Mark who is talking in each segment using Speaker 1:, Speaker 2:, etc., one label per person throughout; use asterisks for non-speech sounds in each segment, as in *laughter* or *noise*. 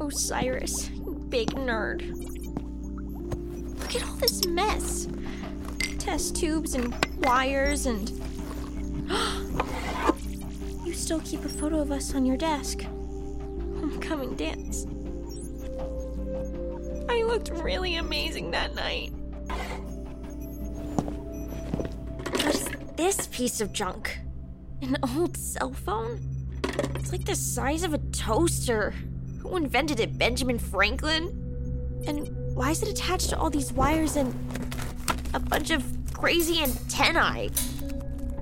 Speaker 1: Osiris, you big nerd. Look at all this mess test tubes and wires and. *gasps* you still keep a photo of us on your desk. Homecoming dance. I looked really amazing that night. What's this piece of junk? An old cell phone? It's like the size of a toaster. Who invented it, Benjamin Franklin? And why is it attached to all these wires and a bunch of crazy antennae?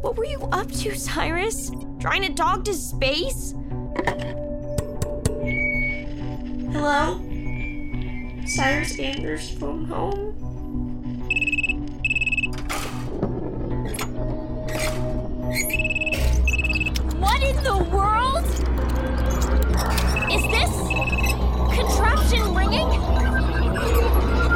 Speaker 1: What were you up to, Cyrus? Drawing a dog to space? Hello? Cyrus Anders from home?
Speaker 2: What in the world? Is this contraption ringing?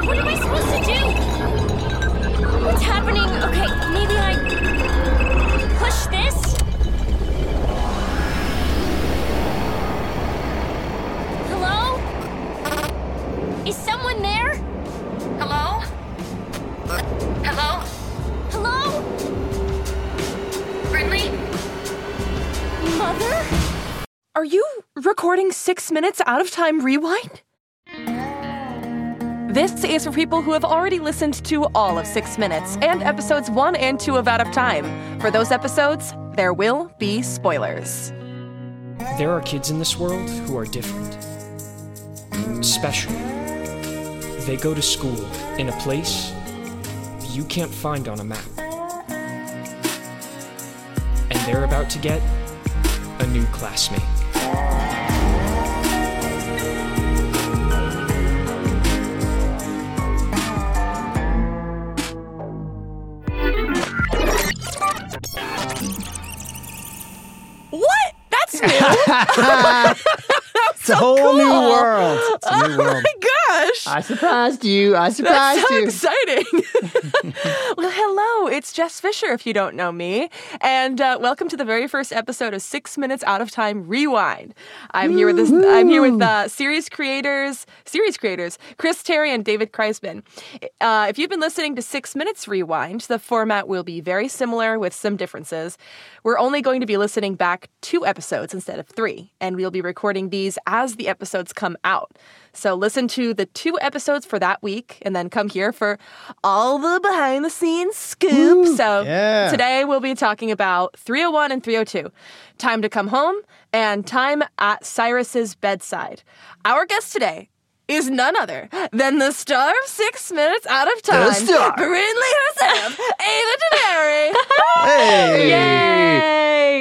Speaker 2: What am I supposed to do? What's happening? Okay, maybe I push this? Hello? Is someone there? Hello?
Speaker 1: Uh,
Speaker 2: Hello? Hello? Ridley? Mother?
Speaker 3: Are you recording six minutes out of time rewind? This is for people who have already listened to all of Six Minutes and episodes one and two of Out of Time. For those episodes, there will be spoilers.
Speaker 4: There are kids in this world who are different, special. They go to school in a place you can't find on a map. And they're about to get a new classmate.
Speaker 3: What? That's new! oh
Speaker 5: *laughs* It's a whole new world. It's a
Speaker 3: *laughs*
Speaker 5: new world.
Speaker 3: Oh my gosh!
Speaker 5: I surprised you. I surprised
Speaker 3: *laughs* That's so
Speaker 5: you.
Speaker 3: exciting. *laughs* well, hello, it's Jess Fisher, if you don't know me. And uh, welcome to the very first episode of Six Minutes Out of Time Rewind. I'm here with this, I'm here with uh, series creators, series creators, Chris Terry and David Kreisman. Uh, if you've been listening to Six Minutes Rewind, the format will be very similar with some differences. We're only going to be listening back two episodes instead of three, and we'll be recording these as the episodes come out. So listen to the two episodes for that week and then come here for all the behind the scenes scoop. so
Speaker 5: yeah.
Speaker 3: today we'll be talking about 301 and 302, Time to Come Home and Time at Cyrus's Bedside. Our guest today is none other than the star of Six Minutes Out of Time,
Speaker 5: star.
Speaker 3: Brinley herself, Ava DeMary.
Speaker 5: Hey.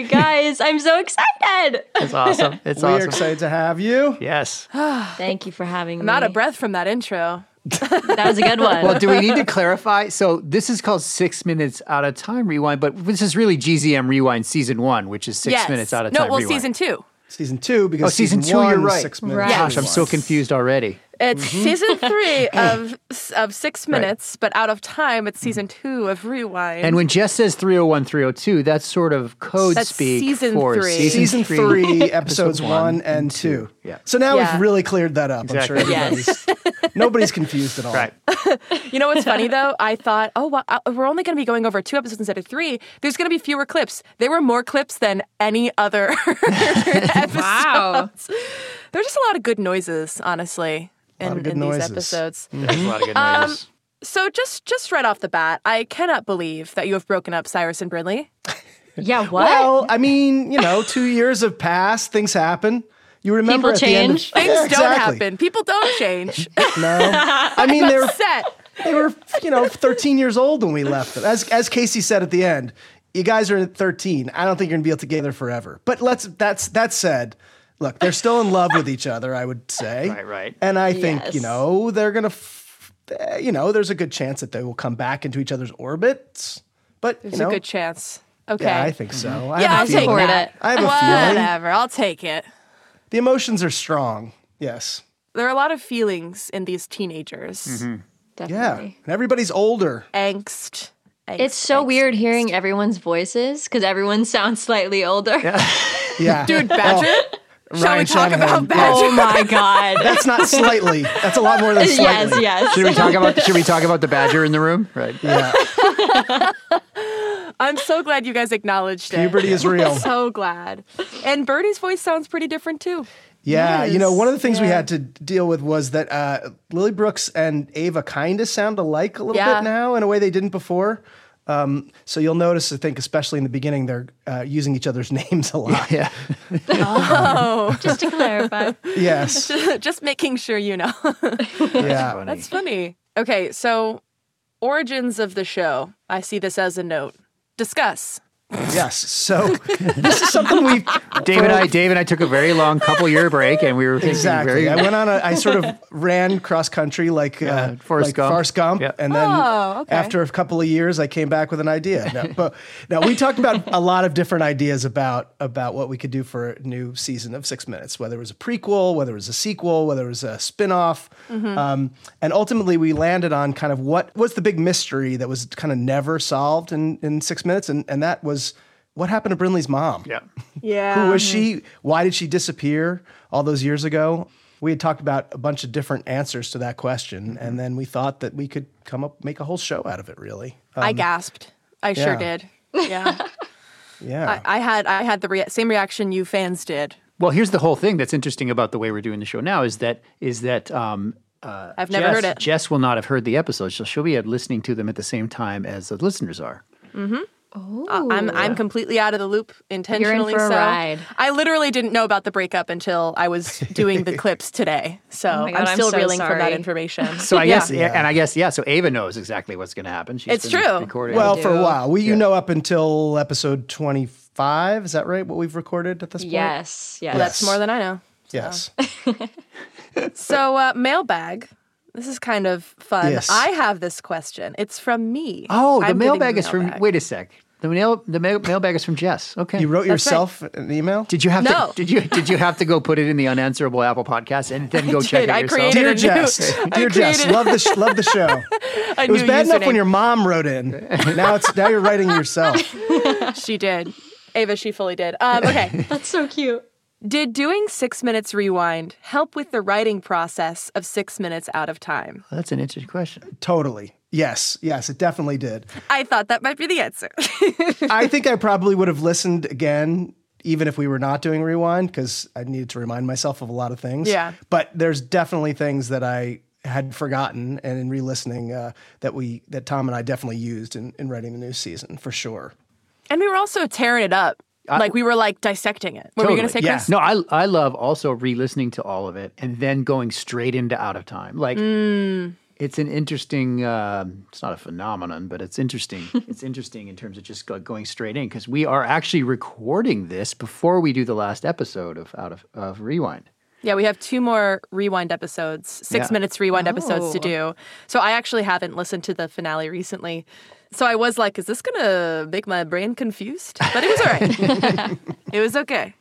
Speaker 6: Yay! Guys, I'm
Speaker 3: *sighs*
Speaker 6: so excited.
Speaker 7: It's awesome. It's
Speaker 5: We are
Speaker 7: awesome.
Speaker 5: excited to have you.
Speaker 7: Yes.
Speaker 6: Thank you for having me.
Speaker 3: I'm out of breath from that intro.
Speaker 6: That was a good one.
Speaker 7: Well,
Speaker 6: Well,
Speaker 7: do we need to clarify? So this is called Six Minutes Out of Time Rewind, but this is really GZM Rewind Season One, which is Six
Speaker 3: yes.
Speaker 7: Minutes Out of
Speaker 3: no,
Speaker 7: Time
Speaker 3: well,
Speaker 7: Rewind.
Speaker 3: season two.
Speaker 5: Season two, because
Speaker 7: Oh, season two,
Speaker 5: one
Speaker 7: you're
Speaker 5: is
Speaker 7: right.
Speaker 5: six minutes.
Speaker 6: Right.
Speaker 7: Gosh, I'm so
Speaker 5: long.
Speaker 7: confused already.
Speaker 3: It's
Speaker 7: Mm-hmm.
Speaker 3: season
Speaker 7: *laughs*
Speaker 3: three of of six minutes, but out of time, it's season two of Rewind.
Speaker 7: And when Jess says 301, 302, that's sort of code
Speaker 3: That's
Speaker 7: speak
Speaker 3: season
Speaker 7: for
Speaker 3: three.
Speaker 5: Season
Speaker 7: *laughs*
Speaker 5: three, episodes one and two.
Speaker 7: Yeah.
Speaker 5: So now
Speaker 3: Yeah.
Speaker 5: we've really cleared that up.
Speaker 7: Exactly.
Speaker 5: I'm sure everybody's,
Speaker 6: *laughs*
Speaker 5: nobody's confused at all.
Speaker 7: Right.
Speaker 3: you know what's funny though? I thought, oh, well, uh, we're only going to be going over two episodes instead of three. There's going to be fewer clips. There were more clips than any other *laughs* episode.
Speaker 6: wow.
Speaker 3: There's just a lot of good noises, honestly,
Speaker 5: lot
Speaker 3: in,
Speaker 5: of good
Speaker 3: in
Speaker 5: noises.
Speaker 3: these episodes.
Speaker 7: *laughs*
Speaker 3: Um,
Speaker 7: There's a lot of good noises.
Speaker 3: So just just right off the bat, I cannot believe that you have broken up Cyrus and Brinley.
Speaker 6: Yeah, what?
Speaker 5: Well, I mean, you know, two years have passed. Things happen. You remember
Speaker 6: People
Speaker 5: at the end of-
Speaker 6: change.
Speaker 3: Things
Speaker 5: Yeah,
Speaker 3: don't
Speaker 5: exactly.
Speaker 3: happen. People don't change. *laughs*
Speaker 5: No. I mean, they're
Speaker 3: Set.
Speaker 5: they were, you know, 13 years old when we left them. As as Casey said at the end, you guys are at 13. I don't think you're gonna be together forever. But let's that's that said, look, they're still in love with each other. I would say.
Speaker 7: Right, right.
Speaker 5: And I think you
Speaker 6: Yes.
Speaker 5: know they're gonna, f- eh, you know, there's a good chance that they will come back into each other's orbits. But you
Speaker 3: There's
Speaker 5: know,
Speaker 3: a good chance. Okay.
Speaker 5: yeah, I think so. I
Speaker 3: Yeah, I'll
Speaker 5: have a
Speaker 3: take
Speaker 5: feeling.
Speaker 3: that.
Speaker 5: I have a feeling.
Speaker 3: Whatever. I'll take it.
Speaker 5: The emotions are strong. Yes.
Speaker 3: There are a lot of feelings in these teenagers.
Speaker 6: Mm-hmm.
Speaker 5: Yeah.
Speaker 6: Definitely.
Speaker 5: And everybody's older.
Speaker 3: Angst. angst,
Speaker 6: It's so
Speaker 3: angst.
Speaker 6: weird hearing *laughs* everyone's voices because everyone sounds slightly older.
Speaker 3: *laughs* Oh.
Speaker 5: Yeah. Oh,
Speaker 3: Dude, Badger, Shall we
Speaker 5: Ryan
Speaker 3: talk about
Speaker 5: Shanahan.
Speaker 3: that?
Speaker 6: Oh my god.
Speaker 5: That's not slightly. That's a lot more than
Speaker 6: yes,
Speaker 5: slightly.
Speaker 6: yes.
Speaker 7: Should we talk about Should we talk about the badger in the room? Right.
Speaker 5: Yeah.
Speaker 3: I'm so glad you guys acknowledged it.
Speaker 5: Puberty
Speaker 3: *laughs*
Speaker 5: is real.
Speaker 3: So glad. And Birdie's voice sounds pretty
Speaker 5: *laughs*
Speaker 3: different too.
Speaker 5: Yeah, you know, one of the things we
Speaker 3: yeah.
Speaker 5: had to deal with was that uh, Lily Brooks and Ava kind of sound alike a little
Speaker 3: Yeah.
Speaker 5: bit now in a way they didn't before. Um, so you'll notice, I think, especially in the beginning, they're uh, using each other's *laughs* names a lot.
Speaker 7: Yeah.
Speaker 3: Oh,
Speaker 6: Just to clarify.
Speaker 5: yes,
Speaker 3: *laughs* just making sure
Speaker 5: *laughs*
Speaker 3: you know.
Speaker 5: yeah,
Speaker 3: That's funny. Okay, so origins of the show. I see this as a note. Discuss.
Speaker 5: yes. So
Speaker 7: *laughs*
Speaker 5: this is something we
Speaker 7: Dave and I Dave and I took a very long couple year break and we were thinking
Speaker 5: exactly.
Speaker 7: very
Speaker 5: I went on a,
Speaker 7: *laughs*
Speaker 5: I sort of ran cross country like uh,
Speaker 7: Forrest
Speaker 5: like
Speaker 7: Gump.
Speaker 5: Forrest Gump,
Speaker 7: Yeah.
Speaker 5: and then
Speaker 3: Oh, okay.
Speaker 5: after a couple of years, I came back with an idea.
Speaker 7: *laughs*
Speaker 5: No, but now we talked about a lot of different ideas about about what we could do for a new season of Six Minutes, whether it was a prequel, whether it was a sequel, whether it was a spin-off.
Speaker 3: Mm-hmm.
Speaker 5: Um, and ultimately, we landed on kind of what was the big mystery that was kind of never solved in in Six Minutes, and and that was what happened to Brinley's mom.
Speaker 7: Yeah.
Speaker 3: Yeah.
Speaker 5: Who was she? Why did she disappear all those years ago? We had talked about a bunch of different answers to that question,
Speaker 3: Mm-hmm.
Speaker 5: and then we thought that we could come up, make a whole show out of it, really. Uh,
Speaker 7: Um,
Speaker 3: I gasped. I sure
Speaker 5: yeah.
Speaker 6: *laughs*
Speaker 3: did. Yeah.
Speaker 5: yeah.
Speaker 3: I, I had I had the rea- same reaction you fans did.
Speaker 7: Well, here's the whole thing that's interesting about the way we're doing the show now is that is that um, uh,
Speaker 3: I've never
Speaker 7: Jess,
Speaker 3: heard it.
Speaker 7: Jess will not have heard the episodes, so she'll be at listening to them at the same time as the listeners are.
Speaker 3: Uh, I'm I'm completely out of the loop intentionally.
Speaker 6: for a
Speaker 3: so
Speaker 6: ride.
Speaker 3: I literally didn't know about the breakup until I
Speaker 7: *laughs*
Speaker 3: was doing the clips today. So
Speaker 6: Oh my God,
Speaker 3: I'm
Speaker 6: I'm
Speaker 3: still
Speaker 6: so
Speaker 3: reeling from that
Speaker 6: sorry.
Speaker 3: information.
Speaker 7: *laughs* So I
Speaker 3: Yeah.
Speaker 7: guess, and I guess, yeah. So Ava knows exactly what's going to happen. She's
Speaker 3: It's
Speaker 7: been
Speaker 3: true.
Speaker 7: Recording.
Speaker 5: well, for a
Speaker 3: do.
Speaker 5: while, we you know up until episode twenty-five. Is that right? What we've recorded at this point?
Speaker 6: Yes, yes.
Speaker 5: Yes.
Speaker 3: That's more than I know.
Speaker 7: *laughs*
Speaker 5: Yes.
Speaker 3: So uh, mailbag. This is kind of fun.
Speaker 5: Yes.
Speaker 3: I have this question. It's from me.
Speaker 7: oh, the
Speaker 3: I'm giving
Speaker 7: mailbag
Speaker 3: you
Speaker 7: is from.
Speaker 3: mailbag.
Speaker 7: Wait a sec. The mail, the mail, mailbag is from Jess. Okay.
Speaker 5: You wrote
Speaker 3: That's right.
Speaker 5: yourself an email.
Speaker 7: did you have
Speaker 3: No.
Speaker 7: to? *laughs* Did you did you have to go put it in the unanswerable Apple podcast and then go check
Speaker 3: did.
Speaker 7: it
Speaker 3: I
Speaker 7: yourself?
Speaker 3: created-
Speaker 5: Dear
Speaker 3: I knew-
Speaker 5: Jess,
Speaker 3: *laughs* I
Speaker 5: dear Jess,
Speaker 3: created-
Speaker 5: love the sh- love the show.
Speaker 3: A
Speaker 5: It was
Speaker 3: new
Speaker 5: bad enough when
Speaker 3: username.
Speaker 5: your mom wrote in. Now it's now you're writing
Speaker 3: *laughs*
Speaker 5: yourself.
Speaker 3: She did. Ava, she fully did.
Speaker 6: *laughs*
Speaker 3: Um, okay.
Speaker 6: That's so cute.
Speaker 3: did doing six minutes rewind help with the writing process of six minutes out of time?
Speaker 7: Well, that's an interesting question.
Speaker 5: Totally. Yes. Yes. It definitely did.
Speaker 3: I thought that might be the answer. *laughs*
Speaker 5: I think I probably would have listened again, even if we were not doing rewind, because I needed to remind myself of a lot of things.
Speaker 3: Yeah.
Speaker 5: But there's definitely things that I had forgotten, and in re-listening, uh, that we that Tom and I definitely used in, in writing the new season for sure.
Speaker 3: and we were also tearing it up. like we were like dissecting it. *laughs* What were you going to say,
Speaker 5: Yeah.
Speaker 3: Chris?
Speaker 7: No, I I love also re-listening to all of it and then going straight into out of time. Like
Speaker 3: Mm.
Speaker 7: it's an interesting. um it's not a phenomenon, but it's
Speaker 3: *laughs*
Speaker 7: interesting. it's interesting in terms of just go, going straight in because we are actually recording this before we do the last episode of out of, of rewind.
Speaker 3: Yeah, we have two more rewind episodes, six
Speaker 7: Yeah.
Speaker 3: minutes rewind episodes to
Speaker 5: Oh.
Speaker 3: do. So I actually haven't listened to the finale recently. So I was like, is this going to make my brain confused? But it was all right.
Speaker 5: *laughs*
Speaker 3: it was okay.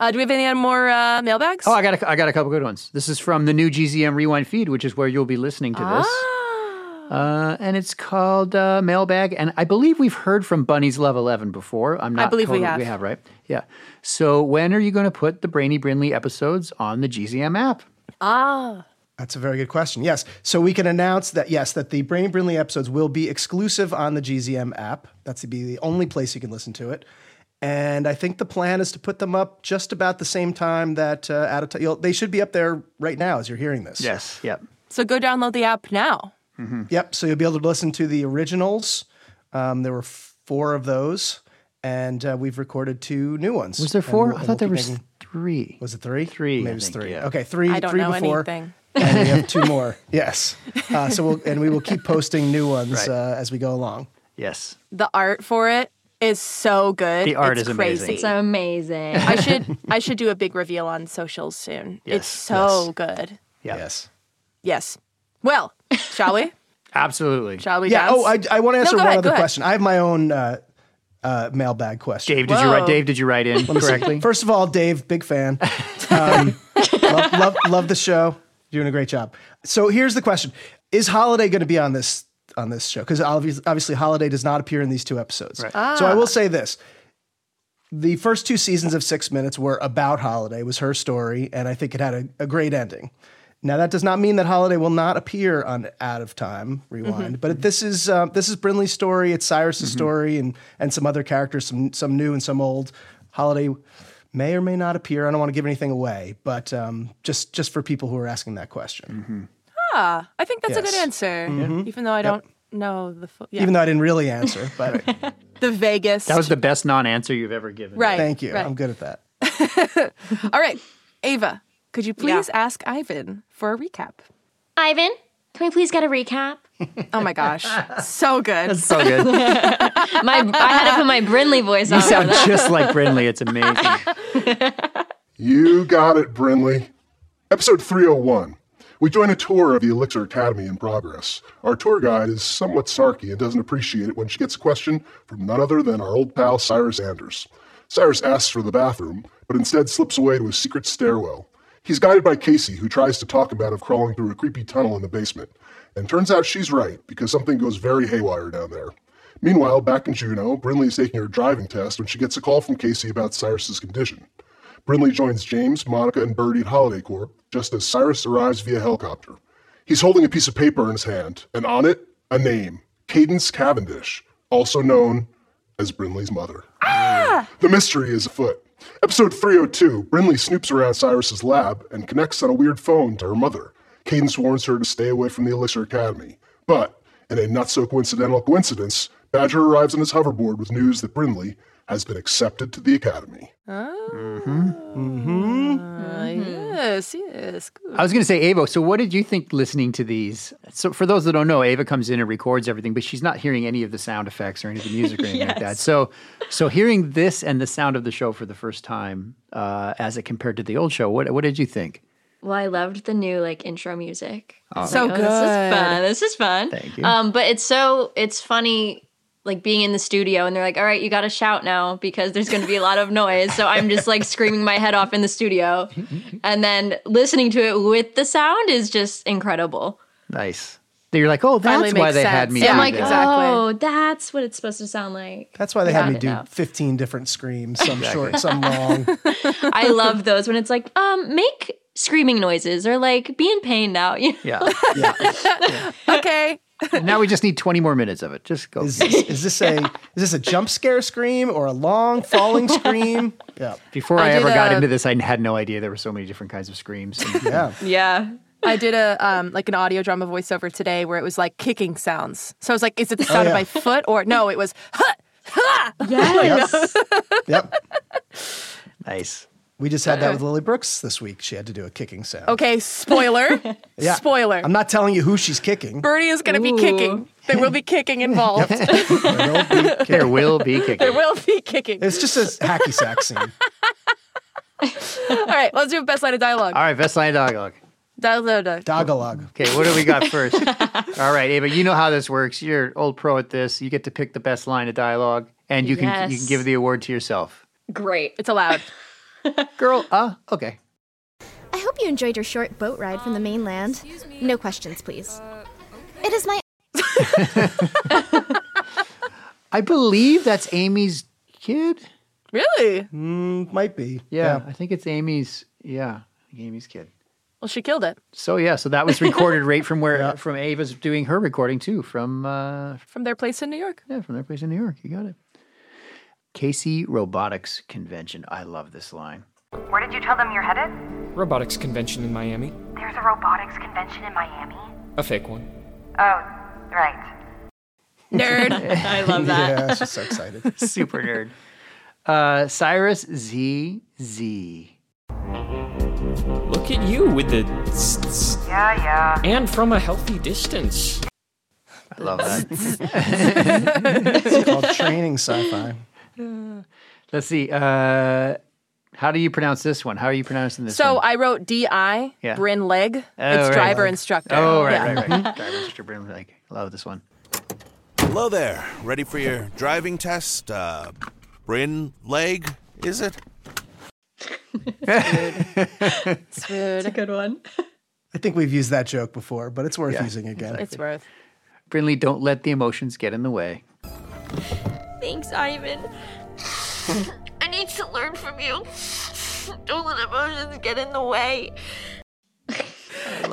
Speaker 3: Uh, do we have any more uh, mailbags?
Speaker 7: Oh, I got a, I got a couple good ones. This is from the new GZM Rewind feed, which is where you'll be listening to this.
Speaker 3: Ah.
Speaker 7: Uh, and it's called uh, Mailbag. And I believe we've heard from Bunny's Love 11 before. I'm not
Speaker 3: believe we
Speaker 7: totally,
Speaker 3: have.
Speaker 7: We have, right? Yeah. So when are you going to put the Brainy Brinley episodes on the GZM app?
Speaker 3: Ah.
Speaker 5: That's a very good question. Yes. So we can announce that yes, that the Brainy Brinley episodes will be exclusive on the GZM app. That's be the only place you can listen to it. And I think the plan is to put them up just about the same time that uh, out of time. You'll, they should be up there right now as you're hearing this.
Speaker 7: Yes. Mm-hmm. Yep.
Speaker 3: so go download the app now.
Speaker 5: Yep. So you'll be able to listen to the originals. Um, there were four of those, and uh, we've recorded two new ones.
Speaker 7: Was there
Speaker 5: And
Speaker 7: four?
Speaker 5: we'll-
Speaker 7: I
Speaker 5: and
Speaker 7: thought there
Speaker 5: we'll keep
Speaker 7: was
Speaker 5: making-
Speaker 7: three.
Speaker 5: was it three?
Speaker 7: Three,
Speaker 5: Maybe
Speaker 7: I
Speaker 5: it was
Speaker 7: think,
Speaker 5: three.
Speaker 7: yeah.
Speaker 5: Okay, three.
Speaker 3: I don't
Speaker 5: three
Speaker 3: know
Speaker 5: before.
Speaker 3: anything.
Speaker 5: and we have two more. *laughs* Yes. Uh, so we'll and we will keep posting new ones
Speaker 7: Right.
Speaker 5: uh, as we go along.
Speaker 7: Yes.
Speaker 3: The art for it is so good.
Speaker 7: The art
Speaker 3: It's
Speaker 7: is
Speaker 3: crazy.
Speaker 7: amazing.
Speaker 6: It's amazing. *laughs*
Speaker 3: I should I should do a big reveal on socials soon. it's
Speaker 7: Yes,
Speaker 3: so good.
Speaker 7: Yeah.
Speaker 5: Yes.
Speaker 3: Yes. Well, shall we?
Speaker 7: Absolutely.
Speaker 3: Shall we?
Speaker 5: Yeah.
Speaker 3: Dance?
Speaker 5: Oh, I, I want to answer
Speaker 3: go
Speaker 5: one
Speaker 3: ahead,
Speaker 5: other
Speaker 3: go ahead.
Speaker 5: question. I have my own uh, uh, mailbag question.
Speaker 7: Dave, did you write?
Speaker 3: Whoa.
Speaker 7: Dave, did you write in correctly?
Speaker 5: First of all, Dave, big
Speaker 7: *laughs*
Speaker 5: fan. Um, love, love, love the show. You're doing a great job. So here's the question: Is Holiday going to be on this on
Speaker 3: Ah.
Speaker 5: this show? Because obviously, Holiday does not appear in these two episodes. So I will say this: the first two seasons of Six Minutes were about Holiday, was her story, and I think it had a, a great ending. Now that does not mean that Holiday will not appear on Out of Time Rewind, but this is uh, this is Brinley's story, it's Cyrus's story, and and some other characters, some some new and some old. Holiday may or may not appear. I don't want to give anything away, but um, just just for people who are asking that question,
Speaker 3: Ah, I think that's a good
Speaker 5: Yes.
Speaker 3: answer.
Speaker 7: Mm-hmm.
Speaker 3: Even though I don't know the full, yeah.
Speaker 5: even though I didn't really answer,
Speaker 3: *laughs*
Speaker 5: but
Speaker 3: the Vegas.
Speaker 7: That was the best non-answer you've ever given.
Speaker 3: right.
Speaker 5: thank you,
Speaker 3: right.
Speaker 5: I'm good at that.
Speaker 3: All right, Ava, could you please ask Ivan for a recap?
Speaker 2: Ivan, can we please get a recap?
Speaker 3: Oh my gosh, so good.
Speaker 7: So good. You
Speaker 6: *laughs* My, I had to put my Brinley voice on.
Speaker 7: sound just
Speaker 6: *laughs*
Speaker 7: like Brinley. It's amazing.
Speaker 8: *laughs* You got it, Brinley. Episode 301. We join a tour of the Elixir Academy in progress. Our tour guide is somewhat snarky and doesn't appreciate it when she gets a question from none other than our old pal Cyrus Anders. Cyrus asks for the bathroom, but instead slips away to a secret stairwell. He's guided by Casey, who tries to talk him out of crawling through a creepy tunnel in the basement. And turns out she's right, because something goes very haywire down there. Meanwhile, back in Juneau, Brinley is taking her driving test when she gets a call from Casey about Cyrus's condition. Brindley joins James, Monica, and Birdie at Holiday Corp just as Cyrus arrives via helicopter. He's holding a piece of paper in his hand, and on it, a name Cadence Cavendish, also known as Brindley's mother. The mystery is afoot. Episode 302 Brindley snoops around Cyrus's lab and connects on a weird phone to her mother. Cadence warns her to stay away from the Elixir Academy. But, in a not so coincidental coincidence, Badger arrives on his hoverboard with news that Brindley has been accepted to the Academy.
Speaker 3: Oh,
Speaker 7: Mm-hmm.
Speaker 5: Mm-hmm.
Speaker 3: Uh, yes, yes, good.
Speaker 7: I was going to say, Ava, so what did you think listening to these? So, for those that don't know, Ava comes in and records everything, but she's not hearing any of the sound effects or any of the music or anything
Speaker 3: *laughs*
Speaker 7: like that. So, so hearing this and the sound of the show for the first time uh, as it compared to the old show, what, what did you think?
Speaker 6: Well, I loved the new like intro music.
Speaker 3: So
Speaker 6: This
Speaker 3: good.
Speaker 6: is fun. This is fun. Thank
Speaker 7: Oh, you.
Speaker 6: Um, but it's so it's funny like being in the studio and they're like, all right, you gotta shout now because there's gonna be a lot of noise. So I'm just like screaming my head off in
Speaker 7: *laughs*
Speaker 6: the studio. And then listening to it with the sound is just incredible.
Speaker 7: Nice. That you're like, oh,
Speaker 3: Finally
Speaker 7: that's why
Speaker 3: makes
Speaker 7: they had
Speaker 3: sense.
Speaker 7: me.
Speaker 3: Yeah,
Speaker 7: do
Speaker 6: I'm like,
Speaker 7: that.
Speaker 3: Exactly.
Speaker 6: oh, that's what it's supposed to sound like.
Speaker 5: That's why they had me
Speaker 6: it
Speaker 5: do
Speaker 6: now.
Speaker 5: 15 different screams, some short, some long.
Speaker 6: I love those when it's like, um, make screaming noises or like be in pain now. You know?
Speaker 7: yeah.
Speaker 3: *laughs* Okay.
Speaker 7: *laughs* now we just need 20 more minutes of it. Just go.
Speaker 5: Is, this- is this
Speaker 3: *laughs*
Speaker 5: a is this a jump scare scream or a long falling scream? Yeah,
Speaker 7: Before
Speaker 3: I
Speaker 7: I,
Speaker 3: did
Speaker 7: ever got
Speaker 3: a-
Speaker 7: into this, I had no idea there were so many different kinds of screams.
Speaker 5: *laughs* yeah.
Speaker 6: Yeah.
Speaker 3: I did a um, like an audio drama voiceover today where it was like kicking sounds. So I was like, is it the sound
Speaker 5: Oh, yeah.
Speaker 3: of my foot or no? It was huh, huh.
Speaker 5: Yes. yep.
Speaker 7: nice.
Speaker 5: We just had that with Lily Brooks this week. She had to do a kicking sound.
Speaker 3: Okay, spoiler.
Speaker 5: *laughs* Yeah.
Speaker 3: Spoiler.
Speaker 5: I'm not telling you who she's kicking.
Speaker 3: Bernie is going to be kicking. There will be
Speaker 5: *laughs*
Speaker 3: kicking involved.
Speaker 5: There will be
Speaker 7: *laughs*
Speaker 5: kicking.
Speaker 7: There will be kicking.
Speaker 3: *laughs* There will be kicking.
Speaker 5: It's just a hacky sack scene.
Speaker 3: *laughs* All right, let's do best line of dialogue.
Speaker 7: All right, best line of dialogue.
Speaker 3: Dialogue.
Speaker 5: Dogalog.
Speaker 7: Okay, what do we got
Speaker 3: *laughs*
Speaker 7: first? All right, Ava, you know how this works. You're old pro at this. You get to pick the best line of dialogue, and you can you can
Speaker 6: Yes.
Speaker 7: give the award to yourself.
Speaker 6: *laughs* Great.
Speaker 3: It's allowed.
Speaker 7: Girl, uh, okay.
Speaker 2: I hope you enjoyed your short boat ride from the mainland. No questions, please. It is my
Speaker 7: I believe that's Amy's kid.
Speaker 3: Really?
Speaker 5: Mm, might be.
Speaker 7: Yeah, I think it's Amy's. Yeah, I think Amy's kid.
Speaker 3: Well, she killed it
Speaker 7: So yeah, so that was recorded right from
Speaker 5: *laughs*
Speaker 7: where from Ava's doing her recording too from uh,
Speaker 3: from their place in New York.
Speaker 7: Yeah, from their place in New York. You got it. Casey Robotics Convention. I love this line.
Speaker 9: Where did you tell them you're headed?
Speaker 4: Robotics convention in Miami.
Speaker 9: There's a robotics convention in Miami.
Speaker 4: A fake one.
Speaker 9: Oh, right.
Speaker 7: *laughs*
Speaker 3: Nerd.
Speaker 6: I love that.
Speaker 5: Yeah, she's so excited.
Speaker 7: Super nerd. Uh, Cyrus Z Z.
Speaker 4: Look at you with the. tss, tss,
Speaker 9: *laughs* Yeah, yeah.
Speaker 4: And from a healthy distance.
Speaker 7: I love
Speaker 3: *laughs*
Speaker 7: that.
Speaker 5: *laughs* It's called training sci-fi.
Speaker 7: Let's see. Uh, how do you pronounce this one? How are you pronouncing this
Speaker 3: so
Speaker 7: one?
Speaker 3: I wrote D.I.
Speaker 7: Yeah. Oh,
Speaker 3: Bryn Leg. it's
Speaker 7: right.
Speaker 3: driver instructor.
Speaker 7: Oh, right,
Speaker 3: Yeah. Mm-hmm.
Speaker 7: right, right. Driver Mr. Brim, like, love this one.
Speaker 10: Hello there. Ready for your driving test? Uh, Bryn leg, is it?
Speaker 6: *laughs*
Speaker 3: It's rude.
Speaker 6: Good one.
Speaker 5: I think we've used that joke before, but it's worth using again.
Speaker 3: *laughs* It's worth.
Speaker 7: Brinley, don't let the
Speaker 3: *laughs*
Speaker 7: emotions get in the way.
Speaker 1: Thanks, Ivan.
Speaker 2: I need
Speaker 1: to learn from you. Don't let emotions get in the way.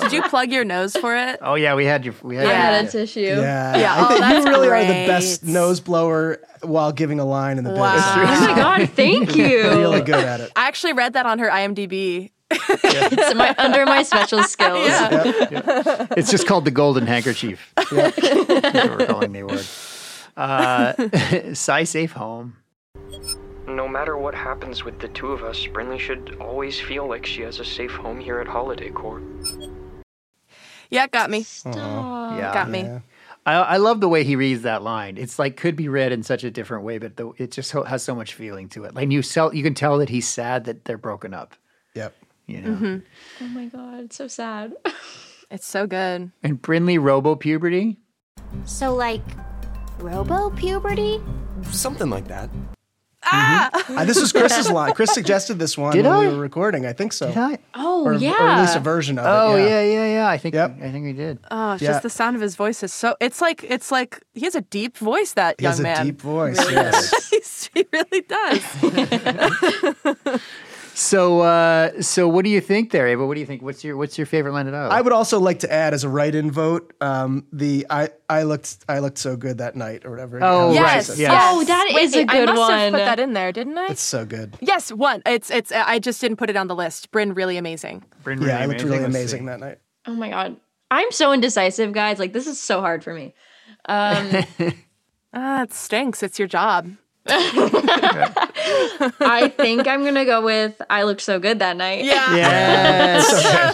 Speaker 3: Did you plug your nose for it?
Speaker 7: Oh yeah, we had your we had.
Speaker 6: I
Speaker 7: your-
Speaker 6: had a tissue.
Speaker 5: Yeah,
Speaker 3: Yeah,
Speaker 5: I
Speaker 3: oh,
Speaker 5: think
Speaker 3: that's
Speaker 5: you really are the best
Speaker 3: great.
Speaker 5: nose blower while giving a line in the
Speaker 3: Wow.
Speaker 5: business.
Speaker 6: Oh my god,
Speaker 5: *laughs*
Speaker 6: thank
Speaker 5: You're
Speaker 6: you.
Speaker 5: really good at it.
Speaker 3: I actually read that on her IMDb.
Speaker 6: *laughs* it's in my, under
Speaker 3: *laughs*
Speaker 6: my special skills.
Speaker 7: *laughs* It's just called the golden
Speaker 5: *laughs*
Speaker 7: handkerchief. They were calling the award. Uh, *laughs* Sigh safe home.
Speaker 4: No matter what happens with the two of us, Brinley should always feel like she has a safe home here at Holiday Corps.
Speaker 3: Yeah, it got me.
Speaker 7: yeah,
Speaker 3: Got me.
Speaker 7: I, I love the way he reads that line. It's like could be read in such a different way, but the, it just ho- has so much feeling to it. Like you sell, you can tell that he's sad that they're broken up.
Speaker 5: Yep.
Speaker 7: You know,
Speaker 3: Mm-hmm.
Speaker 6: Oh my god, it's so sad. *laughs*
Speaker 3: It's so good.
Speaker 7: and Brinley Robo puberty.
Speaker 1: So, like, robo puberty?
Speaker 10: Something like that.
Speaker 5: Uh, this was
Speaker 1: *laughs*
Speaker 5: Chris's line. Chris suggested this one
Speaker 7: Did
Speaker 5: when we
Speaker 7: I?
Speaker 5: were recording. I think so.
Speaker 7: Did I?
Speaker 6: Oh
Speaker 5: Or, or at least a version of
Speaker 7: Oh
Speaker 5: it.
Speaker 7: yeah. yeah, yeah, I think
Speaker 5: Yep.
Speaker 7: I think we did.
Speaker 3: Oh, it's
Speaker 5: Yeah.
Speaker 3: just the sound of his voice is so. It's like it's like he has a deep voice. That
Speaker 5: He
Speaker 3: young
Speaker 5: has a
Speaker 3: man.
Speaker 5: deep voice. yes.
Speaker 3: He's- he really *laughs* does.
Speaker 7: So, uh, so what do you think there, Ava? What do you think? What's your what's your favorite line at all?
Speaker 5: I would also like to add as a write-in vote, um, the I, I looked I looked so good that night or whatever.
Speaker 7: Oh,
Speaker 5: How-
Speaker 7: right.
Speaker 3: yes. Oh,
Speaker 7: yeah.
Speaker 6: *laughs* Oh, that
Speaker 3: Wait,
Speaker 6: is a
Speaker 3: I
Speaker 6: good
Speaker 3: must have put
Speaker 6: one.
Speaker 3: that in there, didn't I?
Speaker 5: It's so good.
Speaker 3: yes, one. It's it's. I just didn't put it on the list. Bryn, really amazing.
Speaker 7: Bryn
Speaker 5: Yeah, I looked really
Speaker 7: Let's see.
Speaker 5: amazing that night.
Speaker 6: Oh my god. I'm so indecisive, guys. Like this is so hard for me. Um,
Speaker 3: *laughs* Ah, it stinks. It's your job.
Speaker 6: *laughs* I think I'm gonna go with I looked so good that night.
Speaker 7: *laughs*
Speaker 3: Yeah.
Speaker 5: Yes.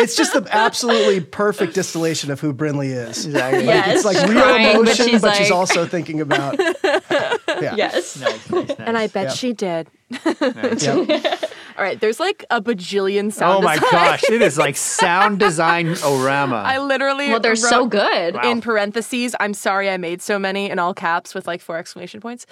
Speaker 5: it's just the absolutely perfect distillation of who Brinley is.
Speaker 7: Exactly.
Speaker 5: Like,
Speaker 6: Yes,
Speaker 5: it's like real
Speaker 6: crying, but
Speaker 5: emotion,
Speaker 6: she's like-
Speaker 5: also thinking
Speaker 6: *laughs*
Speaker 5: about. Yeah.
Speaker 6: Yes.
Speaker 7: Nice, nice,
Speaker 3: *laughs* And I
Speaker 7: nice.
Speaker 3: bet she did. *laughs*
Speaker 5: Yep.
Speaker 3: All right, there's like a bajillion sound.
Speaker 7: Oh my
Speaker 3: design. *laughs*
Speaker 7: gosh, uh, it is like sound design orama.
Speaker 3: I literally.
Speaker 6: Well, they're so
Speaker 3: wrote
Speaker 6: good.
Speaker 3: In parentheses, I'm sorry I made so many in all caps with like four exclamation points.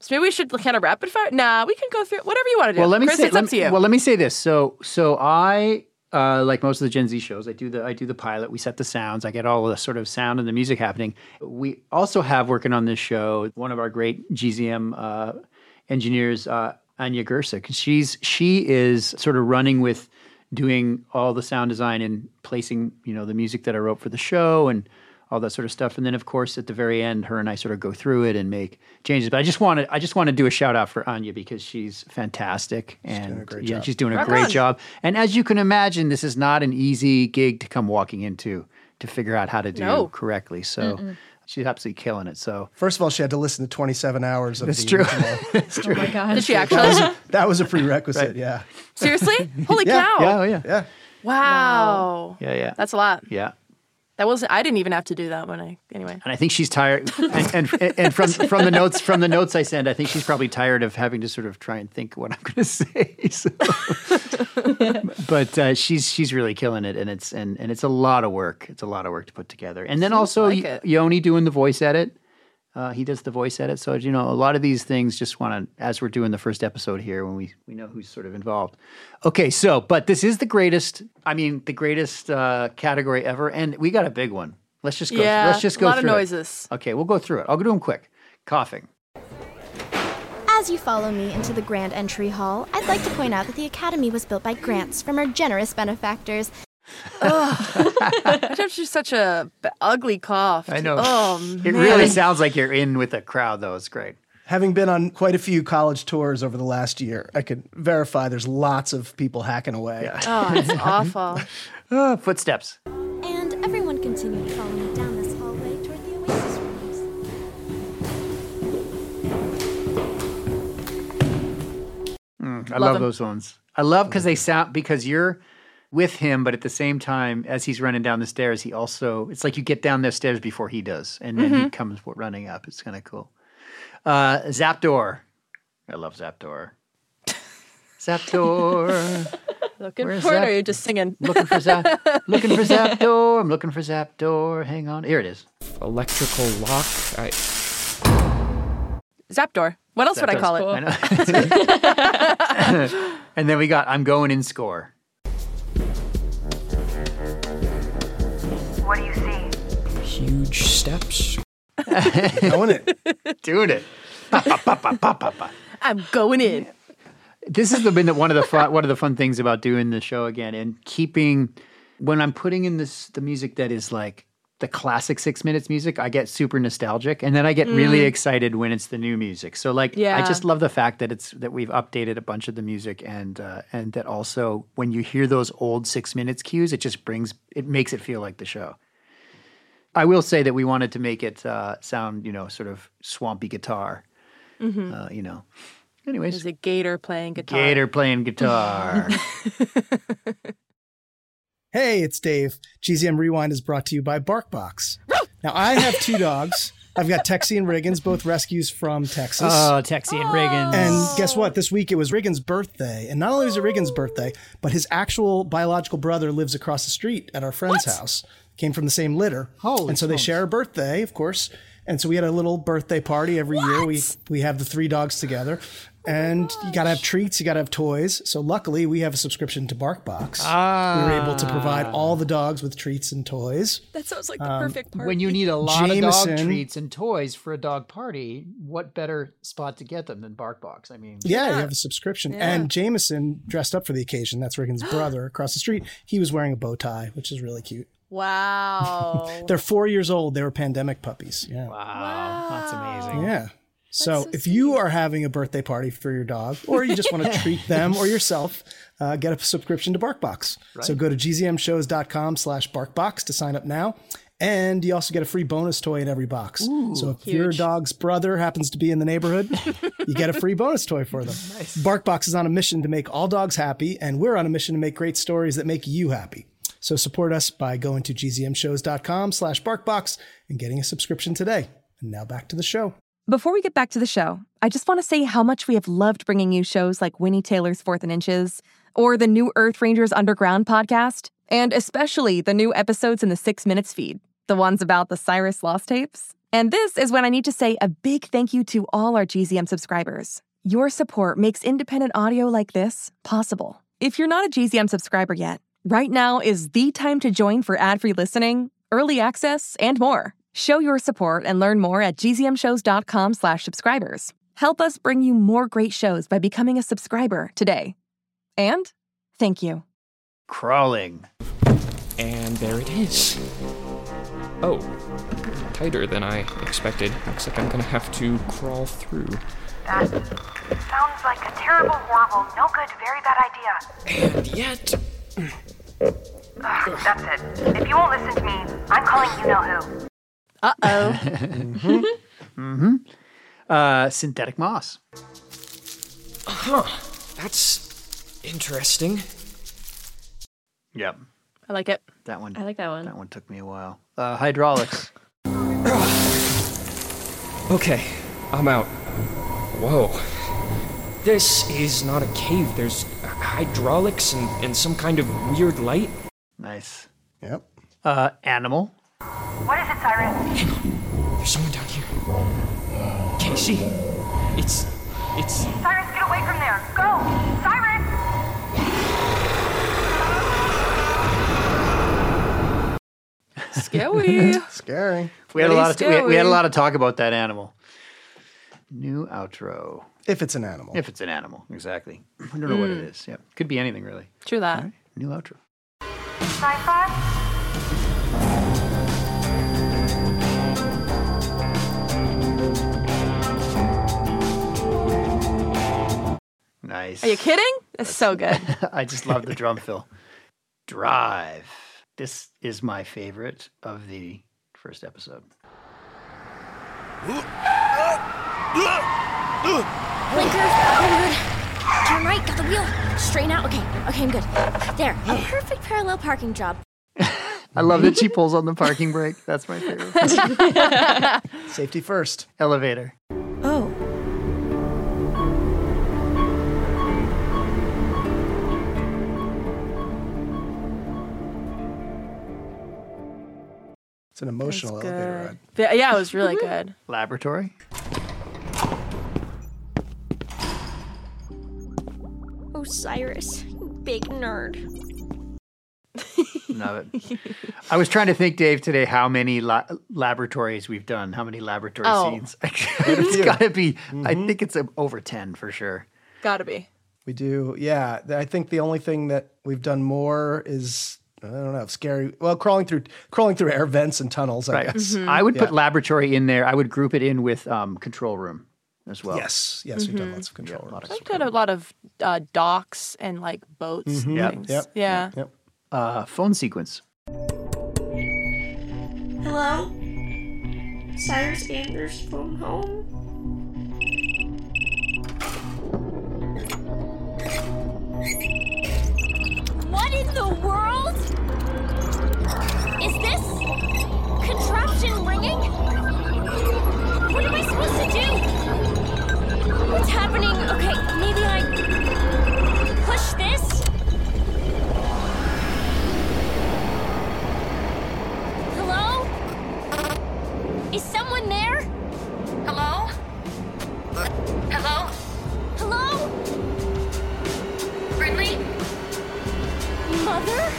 Speaker 3: So maybe we should kind of rapid fire. Nah, we can go through whatever you want to do.
Speaker 7: well, let me
Speaker 3: Chris,
Speaker 7: say.
Speaker 3: it's
Speaker 7: let
Speaker 3: up to
Speaker 7: me-
Speaker 3: you.
Speaker 7: Well, let me say this. So, so I uh, like most of the Gen Z shows. I do the I do the pilot. We set the sounds. I get all the sort of sound and the music happening. We also have working on this show one of our great GZM uh, engineers, uh, Anya Gersick. She's she is sort of running with doing all the sound design and placing you know the music that I wrote for the show and all that sort of stuff. And then of course at the very end, her and I sort of go through it and make changes. But I just want to I just want to do a shout out for Anya because she's fantastic and yeah, she's doing a great job. And as you can imagine, this is not an easy gig to come walking into to figure out how to do
Speaker 3: No.
Speaker 7: correctly. So she's absolutely killing it. So
Speaker 5: First of all, she had to listen to 27 hours of
Speaker 7: *laughs* That's
Speaker 5: the
Speaker 7: true.
Speaker 5: original.
Speaker 6: Oh my god.
Speaker 3: Did she actually?
Speaker 5: That was a prerequisite. Yeah. *laughs*
Speaker 7: *laughs*
Speaker 3: Seriously? Holy
Speaker 5: Yeah,
Speaker 3: cow!
Speaker 7: yeah, oh, yeah,
Speaker 5: Yeah.
Speaker 3: Wow.
Speaker 7: yeah, yeah,
Speaker 3: That's a lot.
Speaker 7: yeah.
Speaker 3: That wasn't. I didn't even have to do that when I. Anyway.
Speaker 7: And I think she's
Speaker 3: *laughs*
Speaker 7: tired. And, and, and from from the notes from the notes I send, I think she's probably tired of having to sort of try and think what I'm going to say. So. but uh, she's she's really killing it, and it's and and it's a lot of work. It's a lot of work to put together. And then also
Speaker 3: like
Speaker 7: Y-
Speaker 3: it.
Speaker 7: Yoni doing the voice edit. Uh, he does the voice edit, so you know a lot of these things. Just want to, as we're doing the first episode here, when we we know who's sort of involved. Okay, so but this is the greatest. I mean, the greatest uh, category ever, and we got a big one. Let's just go.
Speaker 3: Yeah.
Speaker 7: let's just go
Speaker 3: A lot of
Speaker 7: through it.
Speaker 3: noises.
Speaker 7: Okay, we'll go through it. I'll do them quick. Coughing.
Speaker 2: As you follow me into the grand entry hall, I'd like to point out that the Academy was built by grants from our generous benefactors.
Speaker 3: *laughs* I just such a uh, b- ugly cough.
Speaker 7: I know.
Speaker 3: Oh
Speaker 7: It
Speaker 3: man.
Speaker 7: really sounds like you're in with a crowd, though. It's great.
Speaker 5: Having been on quite a few college tours over the last year, I could verify there's lots of people hacking away. Ah, *laughs*
Speaker 3: Oh, it's awful.
Speaker 7: Uh, footsteps.
Speaker 2: And everyone continued following down this hallway toward the Oasis rooms.
Speaker 7: Mm, I love,
Speaker 3: them.
Speaker 7: those ones. I love because they sound because you're with him, but at the same time, as he's running down the stairs, he also it's like you get down those stairs before he does, and then
Speaker 3: Mm-hmm.
Speaker 7: he comes w- running up. It's kind of cool. Uh, Zapdoor, I love *laughs* Zapdoor. Zapdoor,
Speaker 3: Looking
Speaker 7: Where's
Speaker 3: for it, or
Speaker 7: that?
Speaker 3: are you just singing?
Speaker 7: looking for
Speaker 3: *laughs*
Speaker 7: Zap, looking for Zapdoor. I'm looking for Zapdoor. Hang on, here it is.
Speaker 4: Electrical lock. I,
Speaker 3: Zapdoor. What else would I
Speaker 7: Zapdoor's
Speaker 3: call it?
Speaker 7: I
Speaker 3: *laughs*
Speaker 7: know. *laughs* and then we got I'm going in score.
Speaker 9: What do you see?
Speaker 4: huge
Speaker 7: *laughs*
Speaker 4: steps.
Speaker 5: Knowing it.
Speaker 7: Doing it. Pa, pa, pa, pa, pa, pa, pa.
Speaker 3: I'm going in.
Speaker 7: this has been the- one of the fun, one of the fun things about doing the show again and keeping when I'm putting in this the music that is like the classic six minutes music, I get super nostalgic, and then I get really excited when it's the new music. So like, I
Speaker 3: Mm. Yeah.
Speaker 7: just love the fact that it's that we've updated a bunch of the music, and uh, and that also when you hear those old six minutes cues, it just brings it makes it feel like the show. I will say that we wanted to make it uh, sound, you know, sort of swampy guitar, uh, you know. Anyways,
Speaker 3: Mm-hmm. There's a gator playing Mm. guitar.
Speaker 7: Gator playing guitar.
Speaker 5: Hey, it's Dave. GZM Rewind is brought to you by Barkbox. Now, I have two dogs. I've got Texie and Riggins, both rescues from Texas.
Speaker 11: Oh, Texie and Riggins.
Speaker 5: And guess what? This week it was Riggins' birthday. And not only was it Riggins' birthday, but his actual biological brother lives across the street at our friend's house. Came from the same litter.
Speaker 7: Holy
Speaker 5: and so they
Speaker 7: smokes.
Speaker 5: share a birthday, of course. And so we had a little birthday party every year. We we have the three dogs together. And you gotta have treats, you gotta have toys. So luckily we have a subscription to Barkbox. We were able to provide all the dogs with treats and toys.
Speaker 11: Ah.
Speaker 5: Um,
Speaker 11: that sounds like the perfect part.
Speaker 7: when you need a lot of
Speaker 5: Jameson.
Speaker 7: dog treats and toys for a dog party, what better spot to get them than BarkBox? I mean,
Speaker 5: Yeah, you have a subscription. And Jameson dressed up for the occasion. That's Riggins' brother across the street. He was wearing a bow tie, which is really cute.
Speaker 3: Wow.
Speaker 5: *laughs* They're four years old. They were pandemic puppies.
Speaker 7: *laughs*
Speaker 5: Yeah.
Speaker 7: wow, that's amazing.
Speaker 5: Yeah. So, if you are having a birthday party for your dog, or you just want to treat them or yourself, uh, get a subscription to BarkBox. So go to gzmshows.com slash BarkBox to sign up now. And you also get a free bonus toy in every box. so if your dog's brother happens to be in the neighborhood, you get a free bonus toy for
Speaker 3: *laughs*
Speaker 5: them. BarkBox is on a mission to make all dogs happy, and we're on a mission to make great stories that make you happy. So support us by going to gzmshows.com slash BarkBox and getting a subscription today. And now back to the show.
Speaker 3: Before we get back to the show, I just want to say how much we have loved bringing you shows like Winnie Taylor's Fourth and Inches or the new Earth Rangers Underground podcast, and especially the new episodes in the Six Minutes feed, the ones about the Cyrus Lost tapes. And this is when I need to say a big thank you to all our GZM subscribers. Your support makes independent audio like this possible. If you're not a GZM subscriber yet, right now is the time to join for ad free listening, early access, and more. Show your support and learn more at gzmshows.com slash subscribers. Help us bring you more great shows by becoming a subscriber today. And thank you.
Speaker 7: Crawling.
Speaker 4: And there it is. Oh, tighter than I expected. Looks like I'm gonna have to crawl through.
Speaker 9: That sounds like a terrible, horrible, no good, very bad idea.
Speaker 4: And yet,
Speaker 9: Ugh, that's it. If you won't listen to me, I'm calling you know who.
Speaker 3: Uh
Speaker 7: *laughs*
Speaker 3: oh.
Speaker 7: Mm-hmm. Uh, synthetic moss.
Speaker 4: that's interesting.
Speaker 7: Yep.
Speaker 3: I like it.
Speaker 7: That one.
Speaker 6: I like that one.
Speaker 7: That one took me a while. Uh, hydraulics.
Speaker 4: Okay, I'm out. Whoa. This is not a cave. There's hydraulics and, and some kind of weird light.
Speaker 7: nice.
Speaker 5: Yep.
Speaker 7: Uh, animal.
Speaker 9: What is it, Cyrus?
Speaker 4: There's someone down here. Casey? It's. It's.
Speaker 9: Cyrus, get away from there. Go! Cyrus!
Speaker 7: *laughs*
Speaker 3: Scary.
Speaker 5: Scary.
Speaker 7: We had a
Speaker 3: Pretty
Speaker 7: lot of we, we had a
Speaker 3: scary.
Speaker 7: lot of talk about that animal. New outro.
Speaker 5: If it's an animal.
Speaker 7: If it's an animal, exactly. I don't know what it is. Yeah, could be anything really.
Speaker 3: True that.
Speaker 7: New outro.
Speaker 9: Sci-fi?
Speaker 7: Nice.
Speaker 3: Are you kidding? That's
Speaker 7: Oh,
Speaker 3: so good.
Speaker 7: *laughs* I just love the drum fill. Drive. This is my favorite of the first episode.
Speaker 1: Blinkers, forward. Turn right, got the wheel. Straighten out. Okay, okay, I'm good. There, a perfect parallel parking job.
Speaker 7: I love that she pulls on the parking brake. That's my *laughs* favorite.
Speaker 5: Safety first.
Speaker 7: Elevator.
Speaker 1: Oh.
Speaker 5: It's an emotional elevator
Speaker 7: uh,
Speaker 5: ride.
Speaker 3: Yeah, yeah, it was really good.
Speaker 7: Laboratory.
Speaker 1: Osiris, you big nerd.
Speaker 7: Love it. I was trying to think, Dave, today how many la- laboratories we've done, how many laboratory
Speaker 3: Oh.
Speaker 7: *laughs*
Speaker 5: Mm-hmm.
Speaker 7: scenes. it's got to be, I think it's uh, over 10 um, for sure.
Speaker 3: Gotta be.
Speaker 5: We do, yeah. Th- I think the only thing that we've done more is I don't know, scary. Well, crawling through crawling through air vents and tunnels. I
Speaker 7: Right.
Speaker 3: Mm-hmm.
Speaker 12: Mm-hmm.
Speaker 5: guess
Speaker 7: I would
Speaker 5: Yeah.
Speaker 7: put laboratory in there. I would group it in with um, control room as well.
Speaker 5: Yes. Yes, we've done
Speaker 3: Mhm.
Speaker 5: lots of control rooms.
Speaker 3: I've got a lot of uh, docks and like boats and
Speaker 7: Mm-hmm. Yep.
Speaker 3: things.
Speaker 7: Yep.
Speaker 3: Yeah.
Speaker 5: Yep.
Speaker 7: Uh, phone sequence.
Speaker 1: Hello? Cyrus Anders phone home?
Speaker 12: What in the world? Is this contraption ringing? What am I supposed to do? What's happening? Okay, maybe I push this? Hello? Is someone there? Hello?
Speaker 1: Uh,
Speaker 12: Hello? Hello? Brindley? Mother?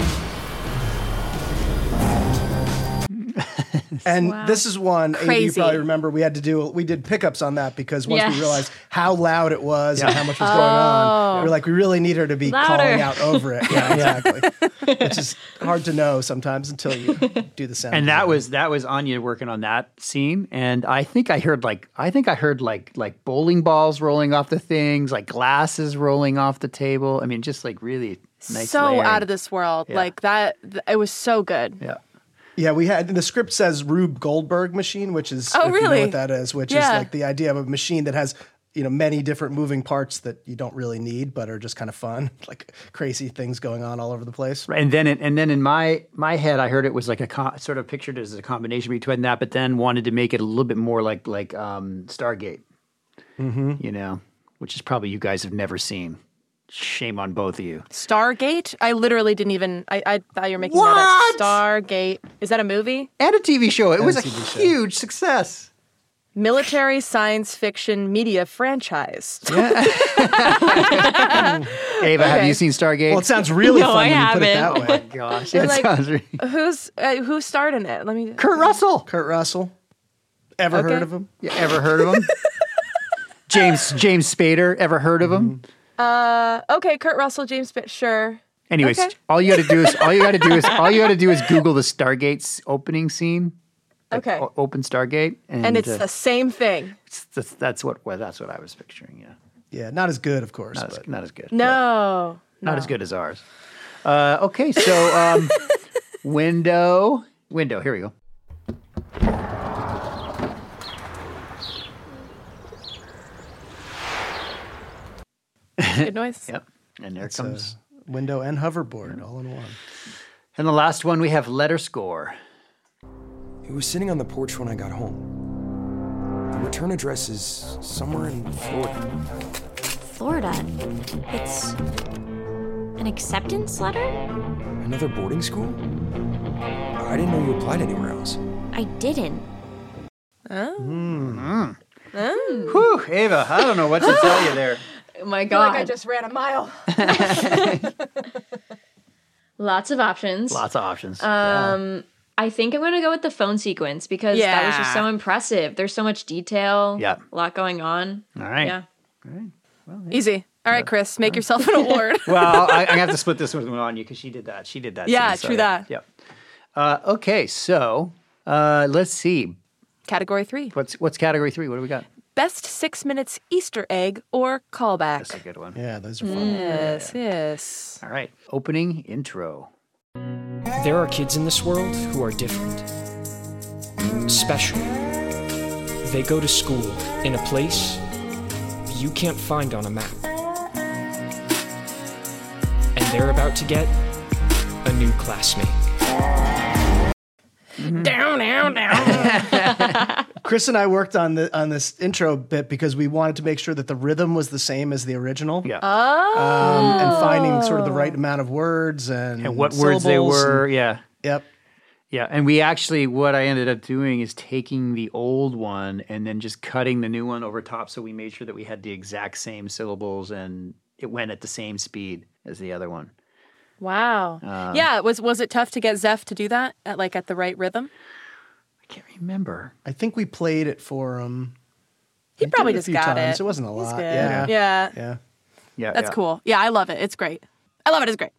Speaker 5: And
Speaker 12: Wow.
Speaker 5: this is one AD, you
Speaker 12: Crazy.
Speaker 5: probably remember we had to do we did pickups on that because once
Speaker 12: Yes.
Speaker 5: we realized how loud it was and
Speaker 12: Yeah.
Speaker 5: how much was going on,
Speaker 12: Oh.
Speaker 5: we we're like, we really need her to be calling
Speaker 12: Louder.
Speaker 5: out over
Speaker 7: *laughs*
Speaker 5: it. Yeah, exactly. Which is hard to know sometimes until
Speaker 12: *laughs*
Speaker 5: you do the sound.
Speaker 7: And that was that was Anya working on that scene. And I think I heard like I think I heard like like bowling balls rolling off the things, like glasses rolling off the table. I mean, just like really nice.
Speaker 3: so
Speaker 7: layering.
Speaker 3: out of this world.
Speaker 7: Yeah.
Speaker 3: Like that, th- it was so good.
Speaker 7: Yeah.
Speaker 5: Yeah, we had the script says Rube Goldberg machine, which is
Speaker 3: Oh,
Speaker 5: if you know
Speaker 3: really?
Speaker 5: what that is, which
Speaker 3: Yeah.
Speaker 5: is like the idea of a machine that has you know many different moving parts that you don't really need but are just kind of fun, *laughs* like crazy things going on all over the place.
Speaker 7: Right, and then it, and then in my my head, I heard it was like a co sort of pictured as a combination between that, but then wanted to make it a little bit more like like um, Stargate,
Speaker 5: Mm-hmm.
Speaker 7: you know, which is probably you guys have never seen. Shame on both of you.
Speaker 3: Stargate. I literally didn't even. I, I thought you were making that up. Stargate. Is that a movie?
Speaker 7: And a TV show. Oh, It
Speaker 3: And
Speaker 7: was
Speaker 3: a
Speaker 7: a
Speaker 3: TV show.
Speaker 7: huge success.
Speaker 3: Military science fiction media franchise. *laughs*
Speaker 7: Ava, have
Speaker 3: Okay.
Speaker 7: you seen Stargate?
Speaker 5: Well, it sounds really
Speaker 3: No,
Speaker 5: fun when
Speaker 3: I
Speaker 5: you put it that
Speaker 3: haven't.
Speaker 7: Oh
Speaker 5: way.
Speaker 3: *laughs*
Speaker 7: my *laughs* gosh,
Speaker 3: You're
Speaker 7: that
Speaker 3: like-
Speaker 7: sounds. Re-
Speaker 3: Who's uh, who starred in it? Let me.
Speaker 7: Kurt Russell.
Speaker 5: Kurt Russell. Ever
Speaker 3: Okay.
Speaker 5: heard of him?
Speaker 7: You ever heard of
Speaker 3: *laughs*
Speaker 7: him? James James Spader. Ever heard of him?
Speaker 5: Mm-hmm.
Speaker 3: Uh, okay, Kurt Russell, James Pitt. Sure.
Speaker 7: Anyways,
Speaker 3: Okay.
Speaker 7: all you got to do is all you got to do
Speaker 3: *laughs*
Speaker 7: is all you got to do is Google the Stargate's opening scene.
Speaker 3: Okay.
Speaker 7: o- Open Stargate, oh, and,
Speaker 3: And, it's
Speaker 7: uh,
Speaker 3: the same thing.
Speaker 7: it's- that's, that's what well, that's what I was picturing. Yeah,
Speaker 5: Yeah, not as good, of course.
Speaker 7: Not, as, not as good.
Speaker 3: No.
Speaker 7: Not
Speaker 3: *laughs*
Speaker 7: as good as ours. Uh, okay, so um, window, window. Here we go.
Speaker 3: Good noise.
Speaker 7: *laughs* yep. And there
Speaker 5: It's a
Speaker 7: comes.
Speaker 5: window and hoverboard all in one.
Speaker 7: And the last one we have letter score.
Speaker 13: It was sitting on the porch when I got home. The return address is somewhere in Florida.
Speaker 1: Florida. It's an acceptance letter?
Speaker 13: Another boarding school? I didn't know you applied anywhere else.
Speaker 1: I didn't.
Speaker 3: Oh.
Speaker 7: Mm.
Speaker 3: Oh.
Speaker 7: Whew, Ava, I don't know what to tell you
Speaker 3: *gasps*
Speaker 7: there.
Speaker 6: My
Speaker 3: I feel like I
Speaker 6: God.
Speaker 3: just ran a mile.
Speaker 6: *laughs* Lots of options.
Speaker 7: Lots of options.
Speaker 6: Um, I think I'm gonna go with the phone sequence because that was just
Speaker 7: Yeah.
Speaker 6: so impressive. There's so much detail.
Speaker 7: Yeah.
Speaker 6: A lot going on.
Speaker 7: All right.
Speaker 6: Yeah.
Speaker 3: Easy. All right, Chris, make
Speaker 7: *laughs*
Speaker 3: yourself an award.
Speaker 7: well, I, I have to split this one on you because she did that. She did that.
Speaker 3: Yeah,
Speaker 7: scene, so
Speaker 3: true that.
Speaker 7: Yep. Uh, okay, so uh, let's see.
Speaker 3: Category three.
Speaker 7: What's what's category three? What do we got?
Speaker 3: *laughs* Best six minutes Easter egg or callback. That's
Speaker 7: a good one.
Speaker 5: Yeah, those
Speaker 3: are fun. Yes, yes.
Speaker 7: All right. Opening intro.
Speaker 4: There are kids in this world who are different, special. They go to school in a place you can't find on a map. And they're about to get a new classmate.
Speaker 7: Mm-hmm.
Speaker 3: Down,
Speaker 7: *laughs*
Speaker 3: down, down.
Speaker 5: Chris and I worked on the on this intro bit because we wanted to make sure that the rhythm was the same as the original.
Speaker 7: Yeah.
Speaker 3: Oh.
Speaker 5: Um, and finding sort of the right amount of words and
Speaker 7: And what words they
Speaker 5: Mm-hmm. syllables
Speaker 7: were.
Speaker 5: and-
Speaker 7: yeah.
Speaker 5: Yep.
Speaker 7: Yeah. And we actually, what I ended up doing is taking the old one and then just cutting the new one over top. So we made sure that we had the exact same syllables and it went at the same speed as the other one.
Speaker 3: wow.
Speaker 7: Uh,
Speaker 3: yeah, was was it tough to get Zeph to do that at like at the right rhythm?
Speaker 7: Remember.
Speaker 5: I think we played it for him.
Speaker 3: He probably
Speaker 5: it a
Speaker 3: just
Speaker 5: few
Speaker 3: got
Speaker 5: times. It
Speaker 3: it.
Speaker 5: wasn't a
Speaker 3: He's
Speaker 5: lot.
Speaker 3: good.
Speaker 5: Yeah.
Speaker 3: Yeah.
Speaker 5: Yeah.
Speaker 7: Yeah,
Speaker 3: That's
Speaker 7: yeah.
Speaker 3: cool. Yeah, I love it. It's great. I love it. It's great.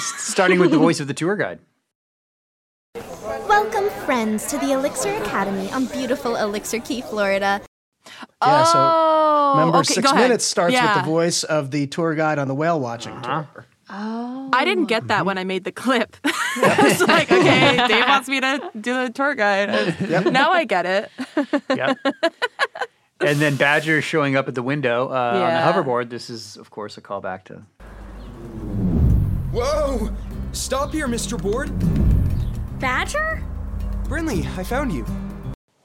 Speaker 7: Starting
Speaker 3: *laughs*
Speaker 7: with the voice of the tour guide.
Speaker 2: Welcome, friends, to the Elixir Academy on beautiful Elixir Key, Florida.
Speaker 5: Yeah, so
Speaker 3: Oh,
Speaker 5: remember,
Speaker 3: okay,
Speaker 5: six
Speaker 3: go ahead.
Speaker 5: minutes starts
Speaker 3: Yeah.
Speaker 5: with the voice of the tour guide on the whale watching
Speaker 7: Uh-huh.
Speaker 5: tour.
Speaker 3: Oh. I didn't get that when I made the clip. *laughs* I was like,
Speaker 7: *laughs*
Speaker 3: okay, Dave wants me to do the tour guide. Now I get it.
Speaker 7: Yep. and then Badger showing up at the window uh,
Speaker 3: Yeah.
Speaker 7: on the hoverboard. This is, of course, a callback to.
Speaker 13: Whoa! Stop here, Mr. Board.
Speaker 1: Badger?
Speaker 13: Brinley, I found you.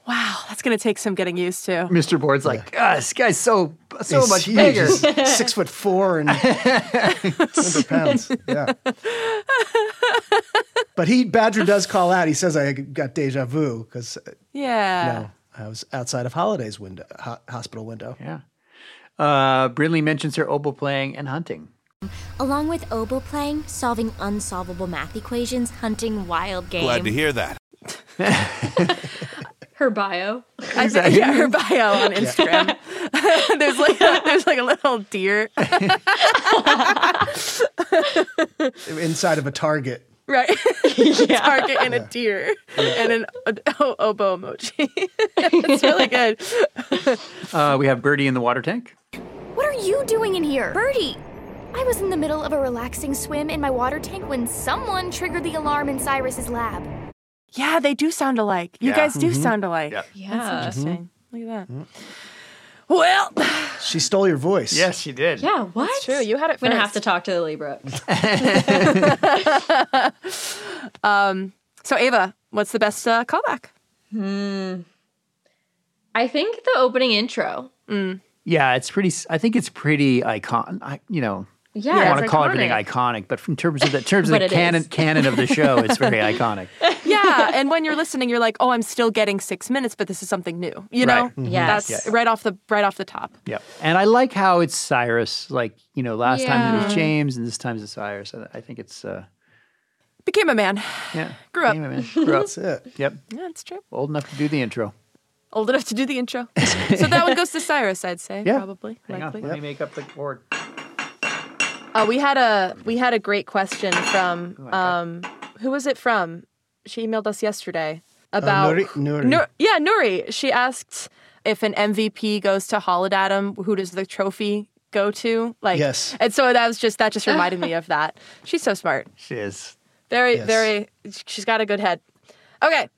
Speaker 3: Wow, that's going to take some getting used to.
Speaker 7: Mr. Board's like, "God, this guy's so so
Speaker 5: He's
Speaker 7: much *laughs*
Speaker 5: huge.
Speaker 7: bigger.
Speaker 5: He's six foot four and 100
Speaker 3: *laughs*
Speaker 5: pounds. Yeah. But he Badger does call out. He says, "I got deja vu because
Speaker 3: Yeah.
Speaker 5: no, I was outside of Holiday's window, ho- hospital window."
Speaker 7: Yeah. Uh, Brinley mentions her oboe playing and hunting.
Speaker 1: Along with oboe playing, solving unsolvable math equations, hunting wild game.
Speaker 10: Glad to hear that.
Speaker 6: Her bio.
Speaker 3: I think, yeah, her bio on Instagram. *laughs* there's like *laughs* a, there's like a little
Speaker 7: *laughs*
Speaker 3: deer, *laughs*
Speaker 5: Inside of a Target.
Speaker 3: *laughs* right? Target and a deer and an o- oboe emoji. *laughs* it's *laughs* really good.
Speaker 7: Uh, we have Birdie in the water tank.
Speaker 2: What are you doing in here? Birdie! I was in the middle of a relaxing swim in my water tank when someone triggered the alarm in Cyrus's lab.
Speaker 3: Yeah, they do sound alike. You
Speaker 7: Yeah.
Speaker 3: guys do
Speaker 7: Mhm.
Speaker 3: sound alike.
Speaker 2: Yeah.
Speaker 3: That's interesting. Look at that.
Speaker 6: Well,
Speaker 5: She stole your voice.
Speaker 7: Yes, she did.
Speaker 6: yeah, what? That's true.
Speaker 3: You had it
Speaker 6: I'm gonna
Speaker 3: first.
Speaker 6: have to talk to
Speaker 7: *laughs*
Speaker 6: Lily Brooke.
Speaker 3: *laughs* Um, so Ava, what's the best uh, callback?
Speaker 6: Hmm. I think the opening intro.
Speaker 3: Mm.
Speaker 7: Yeah, it's pretty. s- I think it's pretty icon. I, you know,
Speaker 6: Yeah,
Speaker 7: I
Speaker 6: it's
Speaker 7: don't want to call everything
Speaker 6: iconic.
Speaker 7: iconic, but from terms of the terms of
Speaker 6: But
Speaker 7: the
Speaker 6: it
Speaker 7: canon
Speaker 6: is.
Speaker 7: canon of the show, it's
Speaker 6: *laughs*
Speaker 7: very iconic.
Speaker 3: yeah, and when you're listening, you're like, oh, I'm still getting six minutes, but this is something new. You know,
Speaker 7: Right. Mhm.
Speaker 3: that's
Speaker 7: Yes.
Speaker 3: right off the right off the top.
Speaker 7: *laughs* Yep. And I like how it's Cyrus. Like you know, last time it was
Speaker 3: Yeah.
Speaker 7: James, and this time it's Cyrus. I, I think it's uh,
Speaker 3: Became a man,
Speaker 7: yeah.
Speaker 3: grew up.
Speaker 7: Damn it, man. Grew up.
Speaker 5: That's it.
Speaker 7: Yep.
Speaker 3: Yeah, it's true.
Speaker 7: Old enough to do the intro.
Speaker 3: Old enough to do the intro, so that
Speaker 7: *laughs*
Speaker 3: one goes to Cyrus, I'd say,
Speaker 7: Yeah.
Speaker 3: probably.
Speaker 7: Hang on,
Speaker 3: likely.
Speaker 7: let me make up the board.
Speaker 3: Uh, we had a we had a great question from um, who was it from? She emailed us yesterday
Speaker 7: Uh,
Speaker 3: about
Speaker 5: Uh, Nuri- Nuri.
Speaker 3: Nur- yeah, Nuri. She asked if an MVP goes to Holodatum, who does the trophy go to? Like
Speaker 5: Yes.
Speaker 3: And so that was just that just reminded me of that. She's so smart.
Speaker 7: She is.
Speaker 3: Very
Speaker 7: Yes.
Speaker 3: very. She's got a good head. Okay,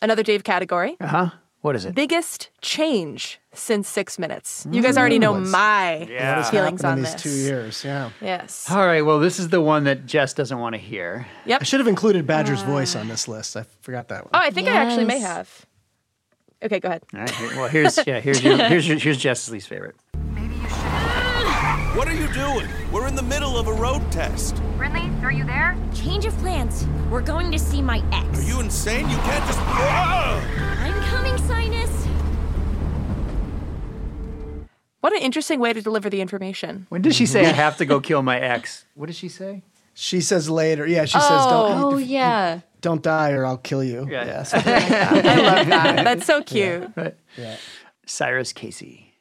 Speaker 3: another Dave category.
Speaker 7: Uh huh. What is it?
Speaker 3: Biggest change since six minutes. You guys already know
Speaker 7: Ooh.
Speaker 3: my
Speaker 7: Yeah. What has
Speaker 3: feelings on
Speaker 5: happened in these
Speaker 3: this.
Speaker 5: two years? Yeah.
Speaker 3: Yes.
Speaker 7: All right. Well, this is the one that Jess doesn't want to hear.
Speaker 3: Yep. Uh.
Speaker 5: I should have included Badger's voice on this list. I forgot that one.
Speaker 3: Oh, I think I actually may
Speaker 6: Yes.
Speaker 3: have. Okay, go ahead.
Speaker 7: All right. here- Well, here's yeah. Here's
Speaker 3: *laughs*
Speaker 7: your, here's your, here's Jess's least favorite.
Speaker 10: What are you doing? We're in the middle of a road test.
Speaker 1: Brinley, are you there? Change of plans. We're going to see my ex.
Speaker 10: Are you insane? You can't just. Whoa!
Speaker 1: I'm coming, Sinus.
Speaker 3: What an interesting way to deliver the information.
Speaker 7: When did she say I have to go kill my ex? What did she say?
Speaker 5: She says later. Yeah, she says don't
Speaker 6: Oh yeah.
Speaker 5: don't die or I'll kill you. Yeah. something like that.
Speaker 3: *laughs* I *laughs* love that. That's
Speaker 7: *laughs*
Speaker 3: so cute.
Speaker 7: Right. Cyrus Casey.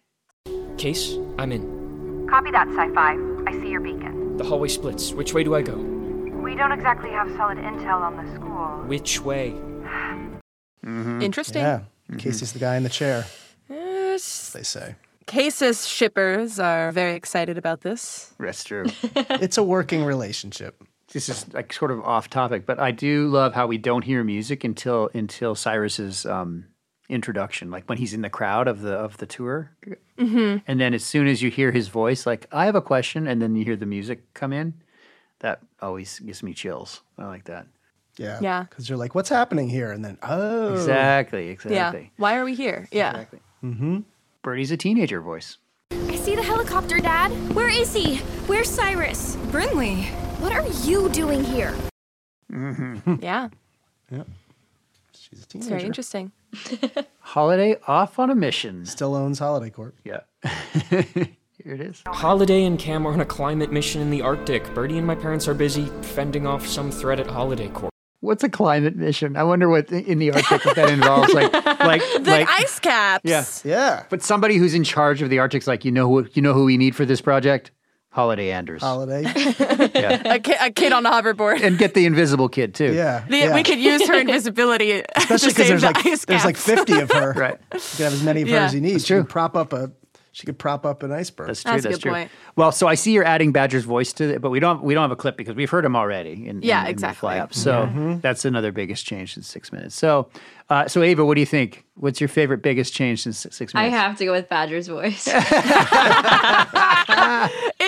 Speaker 4: Case, I'm in.
Speaker 9: Copy that, Sci Fi. I see your beacon.
Speaker 4: The hallway splits. Which way do I go?
Speaker 9: We don't exactly have solid intel on the school.
Speaker 4: Which way?
Speaker 3: Interesting.
Speaker 7: Mm-hmm.
Speaker 5: Yeah. Casey's the guy in the chair.
Speaker 3: Yes.
Speaker 5: They say
Speaker 3: Cases shippers are very excited about this.
Speaker 7: That's
Speaker 3: *laughs*
Speaker 7: true.
Speaker 5: it's a working relationship.
Speaker 7: this is like sort of off topic, but I do love how we don't hear music until until Cyrus's um, introduction, like when he's in the crowd of the of the tour,
Speaker 3: Mm-hmm.
Speaker 7: and then as soon as you hear his voice, like I have a question, and then you hear the music come in. That always gives me chills. I like that.
Speaker 5: Yeah.
Speaker 3: Yeah.
Speaker 5: Because you're like, what's happening here? And then oh,
Speaker 7: Exactly.
Speaker 3: Yeah.
Speaker 7: Exactly.
Speaker 3: Why are we here? Yeah.
Speaker 7: Mm-hmm. Birdie's a teenager voice.
Speaker 2: I see the helicopter, Dad.
Speaker 1: Where is he? Where's Cyrus?
Speaker 2: Brinley, what are you doing here?
Speaker 7: Mm-hmm.
Speaker 3: Yeah.
Speaker 5: She's a
Speaker 3: It's very
Speaker 5: teenager.
Speaker 3: interesting.
Speaker 7: Holiday off on a mission.
Speaker 5: Still owns Holiday Corp.
Speaker 7: Yeah. Here it is.
Speaker 4: Holiday and Cam are on a climate mission in the Arctic. Birdie and my parents are busy fending off some threat at Holiday Corp.
Speaker 7: What's a climate mission? I wonder what in the Arctic what that involves.
Speaker 3: *laughs*
Speaker 7: Like, like,
Speaker 3: The
Speaker 7: like,
Speaker 3: ice caps.
Speaker 7: yeah.
Speaker 5: Yeah.
Speaker 7: But somebody who's in charge of the Arctic's like, you know who you know who we need for this project? Holiday Anders.
Speaker 5: Holiday.
Speaker 7: Yeah.
Speaker 3: *laughs* a, ki- a kid on a
Speaker 7: *laughs*
Speaker 3: hoverboard.
Speaker 7: And get the invisible kid too. Yeah.
Speaker 3: The- We could use *laughs* her invisibility
Speaker 7: *laughs*
Speaker 5: Especially
Speaker 3: to save
Speaker 5: because there's
Speaker 3: the
Speaker 5: like
Speaker 3: ice
Speaker 5: there's like
Speaker 3: caps.
Speaker 5: 50 of *laughs* her.
Speaker 7: right.
Speaker 5: You could have as many of her
Speaker 3: Yeah.
Speaker 5: as you need. She could prop up a she could prop up an iceberg.
Speaker 7: That's true. That's, true. Well, so I see you're adding Badger's voice to it, but we don't we don't have a clip because we've heard him already. In,
Speaker 3: Yeah,
Speaker 7: in- in the
Speaker 3: exactly.
Speaker 7: Fly up. So
Speaker 5: Mm-hmm.
Speaker 7: that's another biggest change in six minutes. So, uh, so Ava, what do you think? What's your favorite biggest change in six, six
Speaker 6: I
Speaker 7: minutes?
Speaker 6: have to go with
Speaker 3: *laughs*
Speaker 6: Badger's voice.
Speaker 3: it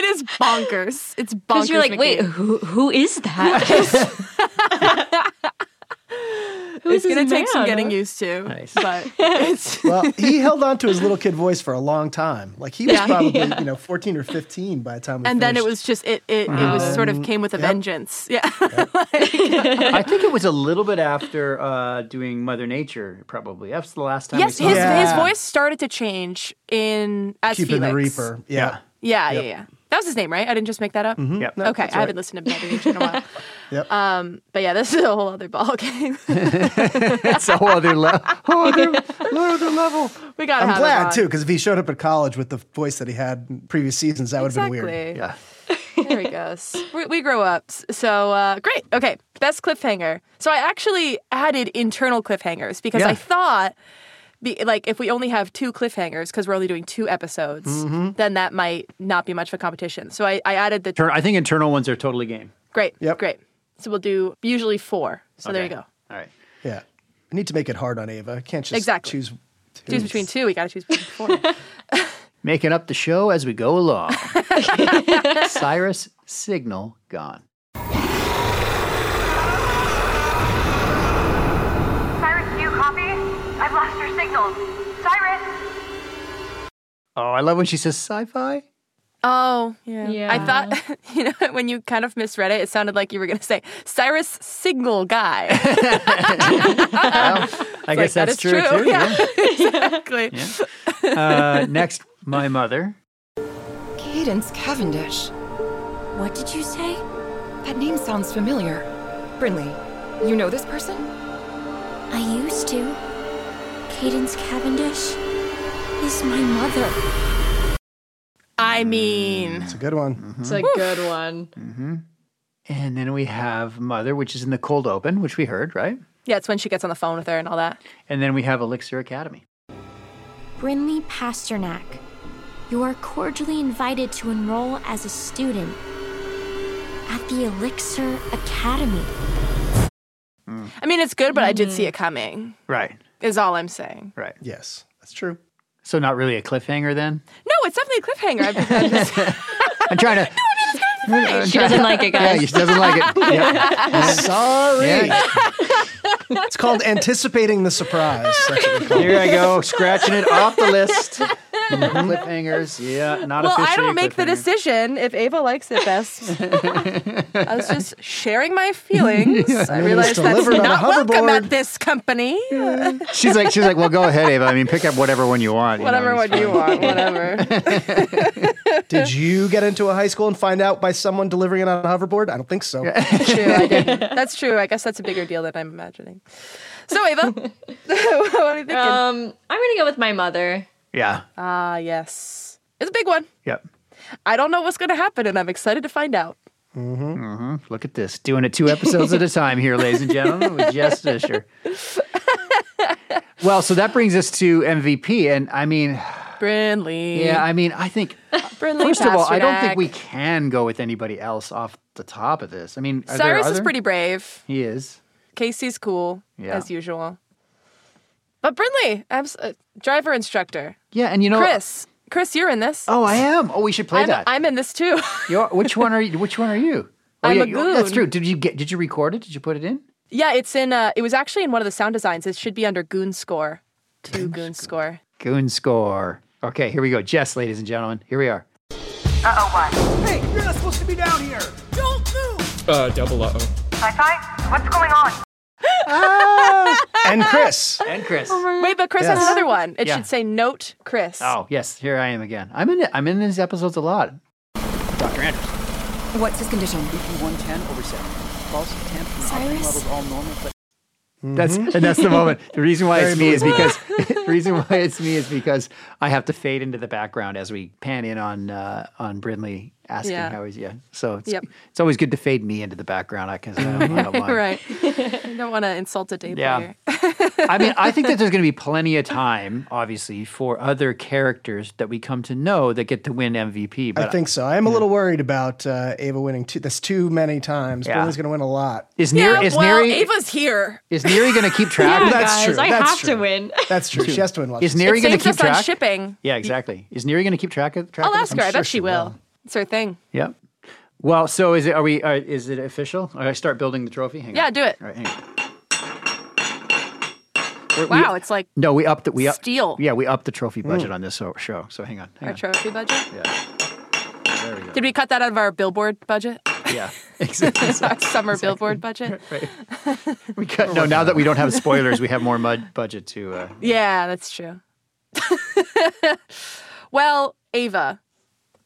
Speaker 3: is bonkers.
Speaker 6: *laughs*
Speaker 3: It's bonkers.
Speaker 6: Because you're like, wait,
Speaker 3: Mickey.
Speaker 6: who, who is
Speaker 3: *laughs*
Speaker 6: that? *laughs*
Speaker 3: it's
Speaker 6: Who's
Speaker 3: gonna
Speaker 6: this
Speaker 3: take some
Speaker 6: man?
Speaker 3: getting used to.
Speaker 7: Nice.
Speaker 3: But *laughs* it's
Speaker 5: well, he held on to his little kid voice for a long time. Like he was
Speaker 3: Yeah. *laughs*
Speaker 5: probably,
Speaker 3: Yeah.
Speaker 5: you know, 14 or 15 by the time we
Speaker 3: and then it
Speaker 5: finished.
Speaker 3: was just it it, it was
Speaker 7: Um,
Speaker 3: sort of came with a vengeance. Yeah.
Speaker 7: *laughs* I think it was a little bit after uh, doing Mother Nature, probably. That's the last time.
Speaker 3: yes,
Speaker 7: we saw
Speaker 3: his
Speaker 7: him.
Speaker 3: his voice started to change in as
Speaker 7: Keeping the
Speaker 3: Felix.
Speaker 7: Reaper.
Speaker 5: Yeah.
Speaker 3: Yeah,
Speaker 7: Yep.
Speaker 3: yeah, yeah. That was his name, right? I didn't just make that up.
Speaker 7: Mhm. Yep. No,
Speaker 3: Okay,
Speaker 7: that's
Speaker 3: I
Speaker 7: right.
Speaker 3: haven't listened to Mother Nature in a while.
Speaker 7: *laughs* Yep.
Speaker 3: Um, but yeah, this is a whole
Speaker 7: *laughs*
Speaker 3: other ballgame. *laughs*
Speaker 7: it's a whole other level. Whole other, whole other level.
Speaker 3: We got.
Speaker 5: I'm glad too, because if he showed up at college with the voice that he had in previous seasons, that would have been weird.
Speaker 3: Exactly. Yeah. there *laughs* we go. S- We, we grow up. S- So uh, great. Okay. Best cliffhanger. So I actually added internal cliffhangers because
Speaker 11: Yeah.
Speaker 3: I thought, be, like, if we only have two cliffhangers because we're only doing two episodes,
Speaker 7: Mhm.
Speaker 3: then that might not be much of a competition. So I, I added the.
Speaker 7: Turn- I think internal ones are totally game.
Speaker 3: Great. Great. So we'll do usually four. So there you
Speaker 7: Okay.
Speaker 3: go.
Speaker 7: All right.
Speaker 5: Yeah. I need to make it hard on Ava. I can't just
Speaker 3: Exactly.
Speaker 5: choose. two.
Speaker 3: Choose between two. We got to choose between four.
Speaker 7: Making up the show as we go
Speaker 3: *laughs*
Speaker 7: along. Cyrus signal gone.
Speaker 9: Cyrus, do you copy? I've lost your signal. Cyrus!
Speaker 7: Oh, I love when she says
Speaker 3: *laughs*
Speaker 7: sci-fi.
Speaker 3: Oh, yeah. I thought, *laughs* you know, when you kind of misread it, it sounded like you were going to say Cyrus Signal Guy.
Speaker 7: I
Speaker 3: It's
Speaker 7: guess
Speaker 3: like, that
Speaker 7: that's
Speaker 3: is
Speaker 7: true, too.
Speaker 3: Yeah, *laughs* *laughs*
Speaker 7: *laughs*
Speaker 3: exactly.
Speaker 7: yeah. Uh, next, my mother.
Speaker 14: Cadence Cavendish. What did you say? That name sounds familiar. Brinley, you know this person? I used to.
Speaker 1: Cadence Cavendish is my mother.
Speaker 3: I mean,
Speaker 5: It's a good one.
Speaker 7: It's a Oof. good
Speaker 3: one.
Speaker 7: hmm Mm-hmm. And then we have mother, which is in the cold open, which we heard, right?
Speaker 3: Yeah, it's when she gets on the phone with her and all that.
Speaker 7: And then we have Elixir Academy.
Speaker 1: Brinley Pasternak, you are cordially invited to enroll as a student at the Elixir Academy.
Speaker 3: I mean, it's good, but I did see it coming,
Speaker 7: Right.
Speaker 3: is all I'm saying.
Speaker 7: Right.
Speaker 5: Yes, that's true.
Speaker 7: So not really a cliffhanger then.
Speaker 3: No, it's definitely a cliffhanger.
Speaker 7: *laughs*
Speaker 3: I've- I've just-
Speaker 7: I'm
Speaker 3: *laughs*
Speaker 7: trying to.
Speaker 3: fine. She doesn't like it,
Speaker 7: Yeah,
Speaker 3: guys.
Speaker 7: she doesn't like it.
Speaker 5: *laughs*
Speaker 3: *laughs*
Speaker 7: Yeah.
Speaker 5: Sorry.
Speaker 7: Yeah.
Speaker 5: It's called anticipating the surprise. That's what we call it.
Speaker 7: Here I go, scratching it off the list. Cliffhangers. Yeah, not
Speaker 3: well,
Speaker 7: officially.
Speaker 3: I
Speaker 7: a
Speaker 3: don't make the
Speaker 7: cliffhanger.
Speaker 3: decision if Ava likes it
Speaker 7: *laughs*
Speaker 3: best. I was just sharing my
Speaker 7: *laughs*
Speaker 3: feelings. I
Speaker 7: It was
Speaker 3: realized that's
Speaker 7: delivered on a
Speaker 3: not welcome
Speaker 7: hoverboard.
Speaker 3: at this company.
Speaker 7: She's like, she's like, well, go ahead, Ava. I mean, pick up whatever one you want. you know,
Speaker 3: *laughs* whatever
Speaker 7: it's
Speaker 3: one you
Speaker 7: fine.
Speaker 3: want,
Speaker 7: *laughs*
Speaker 3: whatever.
Speaker 5: Did you get into a high school and find out by someone delivering it on a hoverboard? I don't think
Speaker 15: *laughs*
Speaker 5: so.
Speaker 6: *laughs*
Speaker 3: that's true. I guess that's a bigger deal than I'm imagining. So,
Speaker 6: *laughs*
Speaker 3: Ava, *laughs* what are you thinking?
Speaker 6: Um, I'm gonna go with my mother.
Speaker 7: Yeah.
Speaker 3: Ah, yes. It's a big one.
Speaker 7: Yep.
Speaker 3: I don't know what's going to happen, and I'm excited to find out.
Speaker 7: Mm-hmm. Look at this, doing it two episodes at a time here, ladies and gentlemen, with Jess Fisher. Well, so that brings us to MVP, and I mean,
Speaker 3: Brinley.
Speaker 7: yeah, I mean, I
Speaker 3: *laughs*
Speaker 7: think
Speaker 3: Brinley
Speaker 7: first of all, I don't think
Speaker 3: Pasternak.
Speaker 7: we can go with anybody else off the top of this. I mean, are there
Speaker 3: Cyrus is
Speaker 7: other-
Speaker 3: pretty brave.
Speaker 7: He is.
Speaker 3: Casey's cool
Speaker 7: Yeah.
Speaker 3: as usual. But Brinley, abs- uh, driver instructor.
Speaker 7: Yeah, and you know,
Speaker 3: Chris. Chris, you're in this.
Speaker 7: Oh, I am. Oh, we should play
Speaker 3: I'm,
Speaker 7: that.
Speaker 3: I'm in this too. *laughs*
Speaker 7: You're, which one are you? Which one are you? Oh,
Speaker 3: I'm
Speaker 7: yeah,
Speaker 3: a
Speaker 7: you- That's
Speaker 3: goon.
Speaker 7: true. Did you get? Did you record it? Did you put it in?
Speaker 3: yeah, it's in. Uh, it was actually in one of the sound designs. It should be under Goon Score. Two Goon Score.
Speaker 7: Goon score. Okay, here we go. Jess, ladies and gentlemen, here we are.
Speaker 9: Uh oh, what? Hey, you're not supposed to be down here! Don't move!
Speaker 4: Uh, double uh oh.
Speaker 9: Sci fi? What's going on?
Speaker 3: Ah! *laughs*
Speaker 5: And Chris.
Speaker 3: Oh
Speaker 7: And Chris.
Speaker 3: Wait, but Chris has
Speaker 7: Yes.
Speaker 3: another one. It
Speaker 7: Yeah.
Speaker 3: should say Note Chris.
Speaker 7: Oh yes, here I am again. I'm in. I'm in these episodes a lot. Doctor Andrews.
Speaker 14: What's his condition?
Speaker 7: *laughs*
Speaker 15: BP 110 over 7. Pulse, temp, and oxygen
Speaker 14: Cyrus?
Speaker 15: levels all normal, but
Speaker 7: That's
Speaker 4: Mm-hmm.
Speaker 7: and that's the moment. The reason why it's me is because *laughs*
Speaker 3: *laughs*
Speaker 7: the reason why it's me is because I have to fade into the background as we pan in on uh, on Brindley asking
Speaker 3: Yeah.
Speaker 7: how he's yeah. So it's
Speaker 3: Yep.
Speaker 7: it's always good to fade me into the background because I, 'cause I don't, I
Speaker 3: *laughs*
Speaker 7: don't mind.
Speaker 3: right. *laughs* I don't want to insult a day
Speaker 7: Yeah.
Speaker 3: player.
Speaker 7: I mean, I
Speaker 3: *laughs*
Speaker 7: think that there's going to be plenty of time, obviously, for other characters that we come to know that get to win MVP. But
Speaker 5: I think so. I am a little worried about uh, Ava winning two. That's too many times.
Speaker 7: Yeah.
Speaker 5: Brendan's going to win a lot.
Speaker 7: Is Neri? is Neri?
Speaker 3: Ava's here.
Speaker 7: is Neri going to keep track?
Speaker 5: Yeah, That's guys, true. I That's have to
Speaker 7: *laughs*
Speaker 5: true.
Speaker 3: win.
Speaker 5: That's true. She has to win. Lots
Speaker 7: Is
Speaker 5: of
Speaker 7: Neri
Speaker 3: It
Speaker 7: going to
Speaker 3: saves
Speaker 7: keep
Speaker 3: us on
Speaker 7: track?
Speaker 3: shipping.
Speaker 7: Yeah, exactly. Is Neri going to keep track of track?
Speaker 3: I'll
Speaker 7: of
Speaker 3: ask
Speaker 7: this?
Speaker 3: her. I bet she will. It's her thing.
Speaker 7: Yep. Well, so is it? Are we? Are, is it official? All right, I start building the trophy. Hang
Speaker 3: Yeah,
Speaker 7: on.
Speaker 3: do it.
Speaker 7: All right, hang on. We're- we-
Speaker 3: Wow, it's like
Speaker 7: no, we upped the we up,
Speaker 3: Steel.
Speaker 7: Yeah, we upped the trophy budget
Speaker 3: Mm.
Speaker 7: on this so- show. So hang on, hang
Speaker 3: our
Speaker 7: on.
Speaker 3: trophy budget.
Speaker 7: Yeah. There we go.
Speaker 3: Did we cut that out of our billboard budget?
Speaker 7: Yeah, *laughs* exactly.
Speaker 3: *laughs* our summer billboard
Speaker 7: *laughs*
Speaker 3: budget.
Speaker 7: We cut, no, now that we don't have spoilers, we have more mud budget to. Uh,
Speaker 3: Yeah, that's true. *laughs* well, Ava.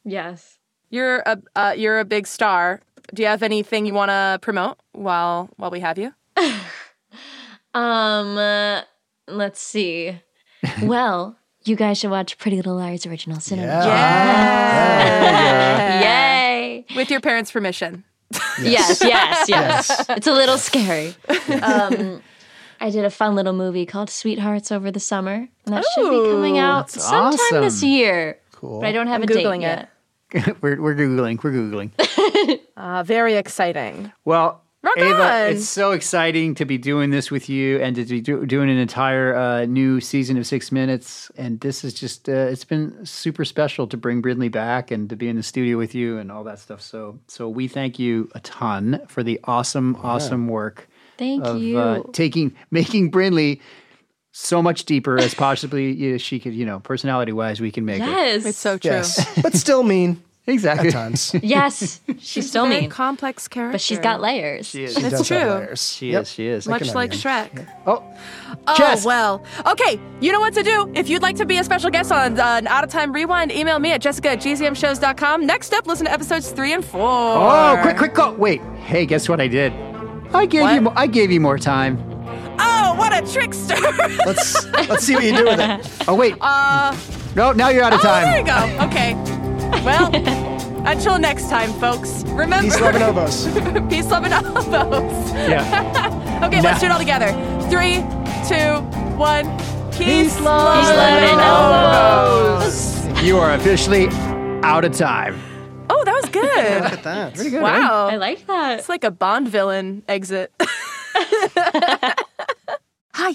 Speaker 3: Yes. You're a uh, you're a big star. Do you have anything you want to promote while while we have you?
Speaker 6: Um, uh,
Speaker 7: *laughs*
Speaker 6: let's see. well, you guys should watch Pretty Little Liars original cinema.
Speaker 3: Yay! *laughs* With your parents' permission.
Speaker 6: *laughs*
Speaker 7: *laughs*
Speaker 6: Yes, yes, yes. It's a little scary. Um, I did a fun little movie called Sweethearts over the summer, and that should be coming
Speaker 7: Ooh,
Speaker 6: out
Speaker 7: that's
Speaker 6: sometime this
Speaker 7: awesome.
Speaker 6: year.
Speaker 7: Cool.
Speaker 6: But I don't have
Speaker 3: I'm
Speaker 6: a date
Speaker 3: Googling
Speaker 6: yet.
Speaker 7: we're, we're googling. We're googling.
Speaker 3: Uh, very exciting.
Speaker 7: Well,
Speaker 3: Rock
Speaker 7: Ava,
Speaker 3: on.
Speaker 7: it's so exciting to be doing this with you and to be do, doing an entire uh, new season of Six Minutes. And this is just, uh, it's been super special to bring Brindley back and to be in the studio with you and all that stuff. So, so we thank you a ton for the awesome, awesome work.
Speaker 6: Thank
Speaker 7: of,
Speaker 6: you.
Speaker 7: Uh, taking, making Brindley so much deeper as possibly *laughs* you know, she could, you know, personality wise, we can make
Speaker 6: Yes.
Speaker 7: it.
Speaker 6: It's so true.
Speaker 5: Yes, but still mean.
Speaker 7: *laughs* Exactly. *laughs*
Speaker 5: At times.
Speaker 6: Yes, *laughs* she's still
Speaker 3: very
Speaker 6: mean.
Speaker 3: complex character,
Speaker 6: but she's got layers.
Speaker 7: She is.
Speaker 3: That's
Speaker 7: does have
Speaker 3: true.
Speaker 7: layers. She is. She is.
Speaker 3: Much like Shrek.
Speaker 7: Oh.
Speaker 3: Oh,
Speaker 7: Jess.
Speaker 3: well. Okay, you know what to do. If you'd like to be a special guest on uh, an Out of Time Rewind, email me at jessica at gzmshows.com. Next up, listen to episodes three and four.
Speaker 7: Oh, quick, quick call. Wait. Hey, guess what I did? I gave you mo- I gave you more time.
Speaker 3: Oh, what a trickster. *laughs*
Speaker 7: Let's let's see what you do with it. Oh wait.
Speaker 3: Uh,
Speaker 7: No, now you're out of
Speaker 3: oh,
Speaker 7: time.
Speaker 3: there you go. Okay. *laughs* Well, until next time, folks, remember.
Speaker 7: Peace, love, and
Speaker 3: *laughs*
Speaker 7: elbows.
Speaker 3: Peace, love, and elbows.
Speaker 7: Yeah.
Speaker 3: *laughs* okay, let's do it all together. Three, two, one. Peace, love, and elbows.
Speaker 7: You are officially out of time.
Speaker 3: Oh, that was good. Look
Speaker 5: at that.
Speaker 3: Pretty
Speaker 7: good,
Speaker 3: Wow.
Speaker 7: eh?
Speaker 3: I like that. It's like a Bond villain exit. Hi,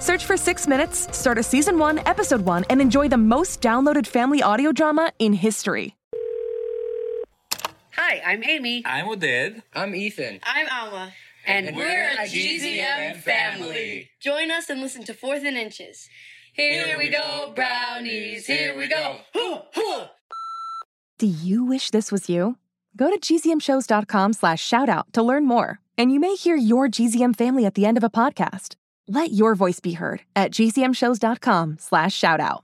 Speaker 3: Search for Six Minutes, start a season one, episode one, and enjoy the most downloaded family audio drama in history.
Speaker 16: Hi, I'm Amy.
Speaker 17: I'm Oded. I'm Ethan.
Speaker 16: I'm Alma.
Speaker 17: And And we're we're a a GZM GZM family.
Speaker 16: Join us and listen to Fourth and Inches. Here we go, brownies. Here we go. Hoo, hoo.
Speaker 3: Do you wish this was you? Go to gzmshows.com slash shoutout to learn more, and you may hear your GZM family at the end of a podcast. Let your voice be heard at gzmshows.com slash shoutout.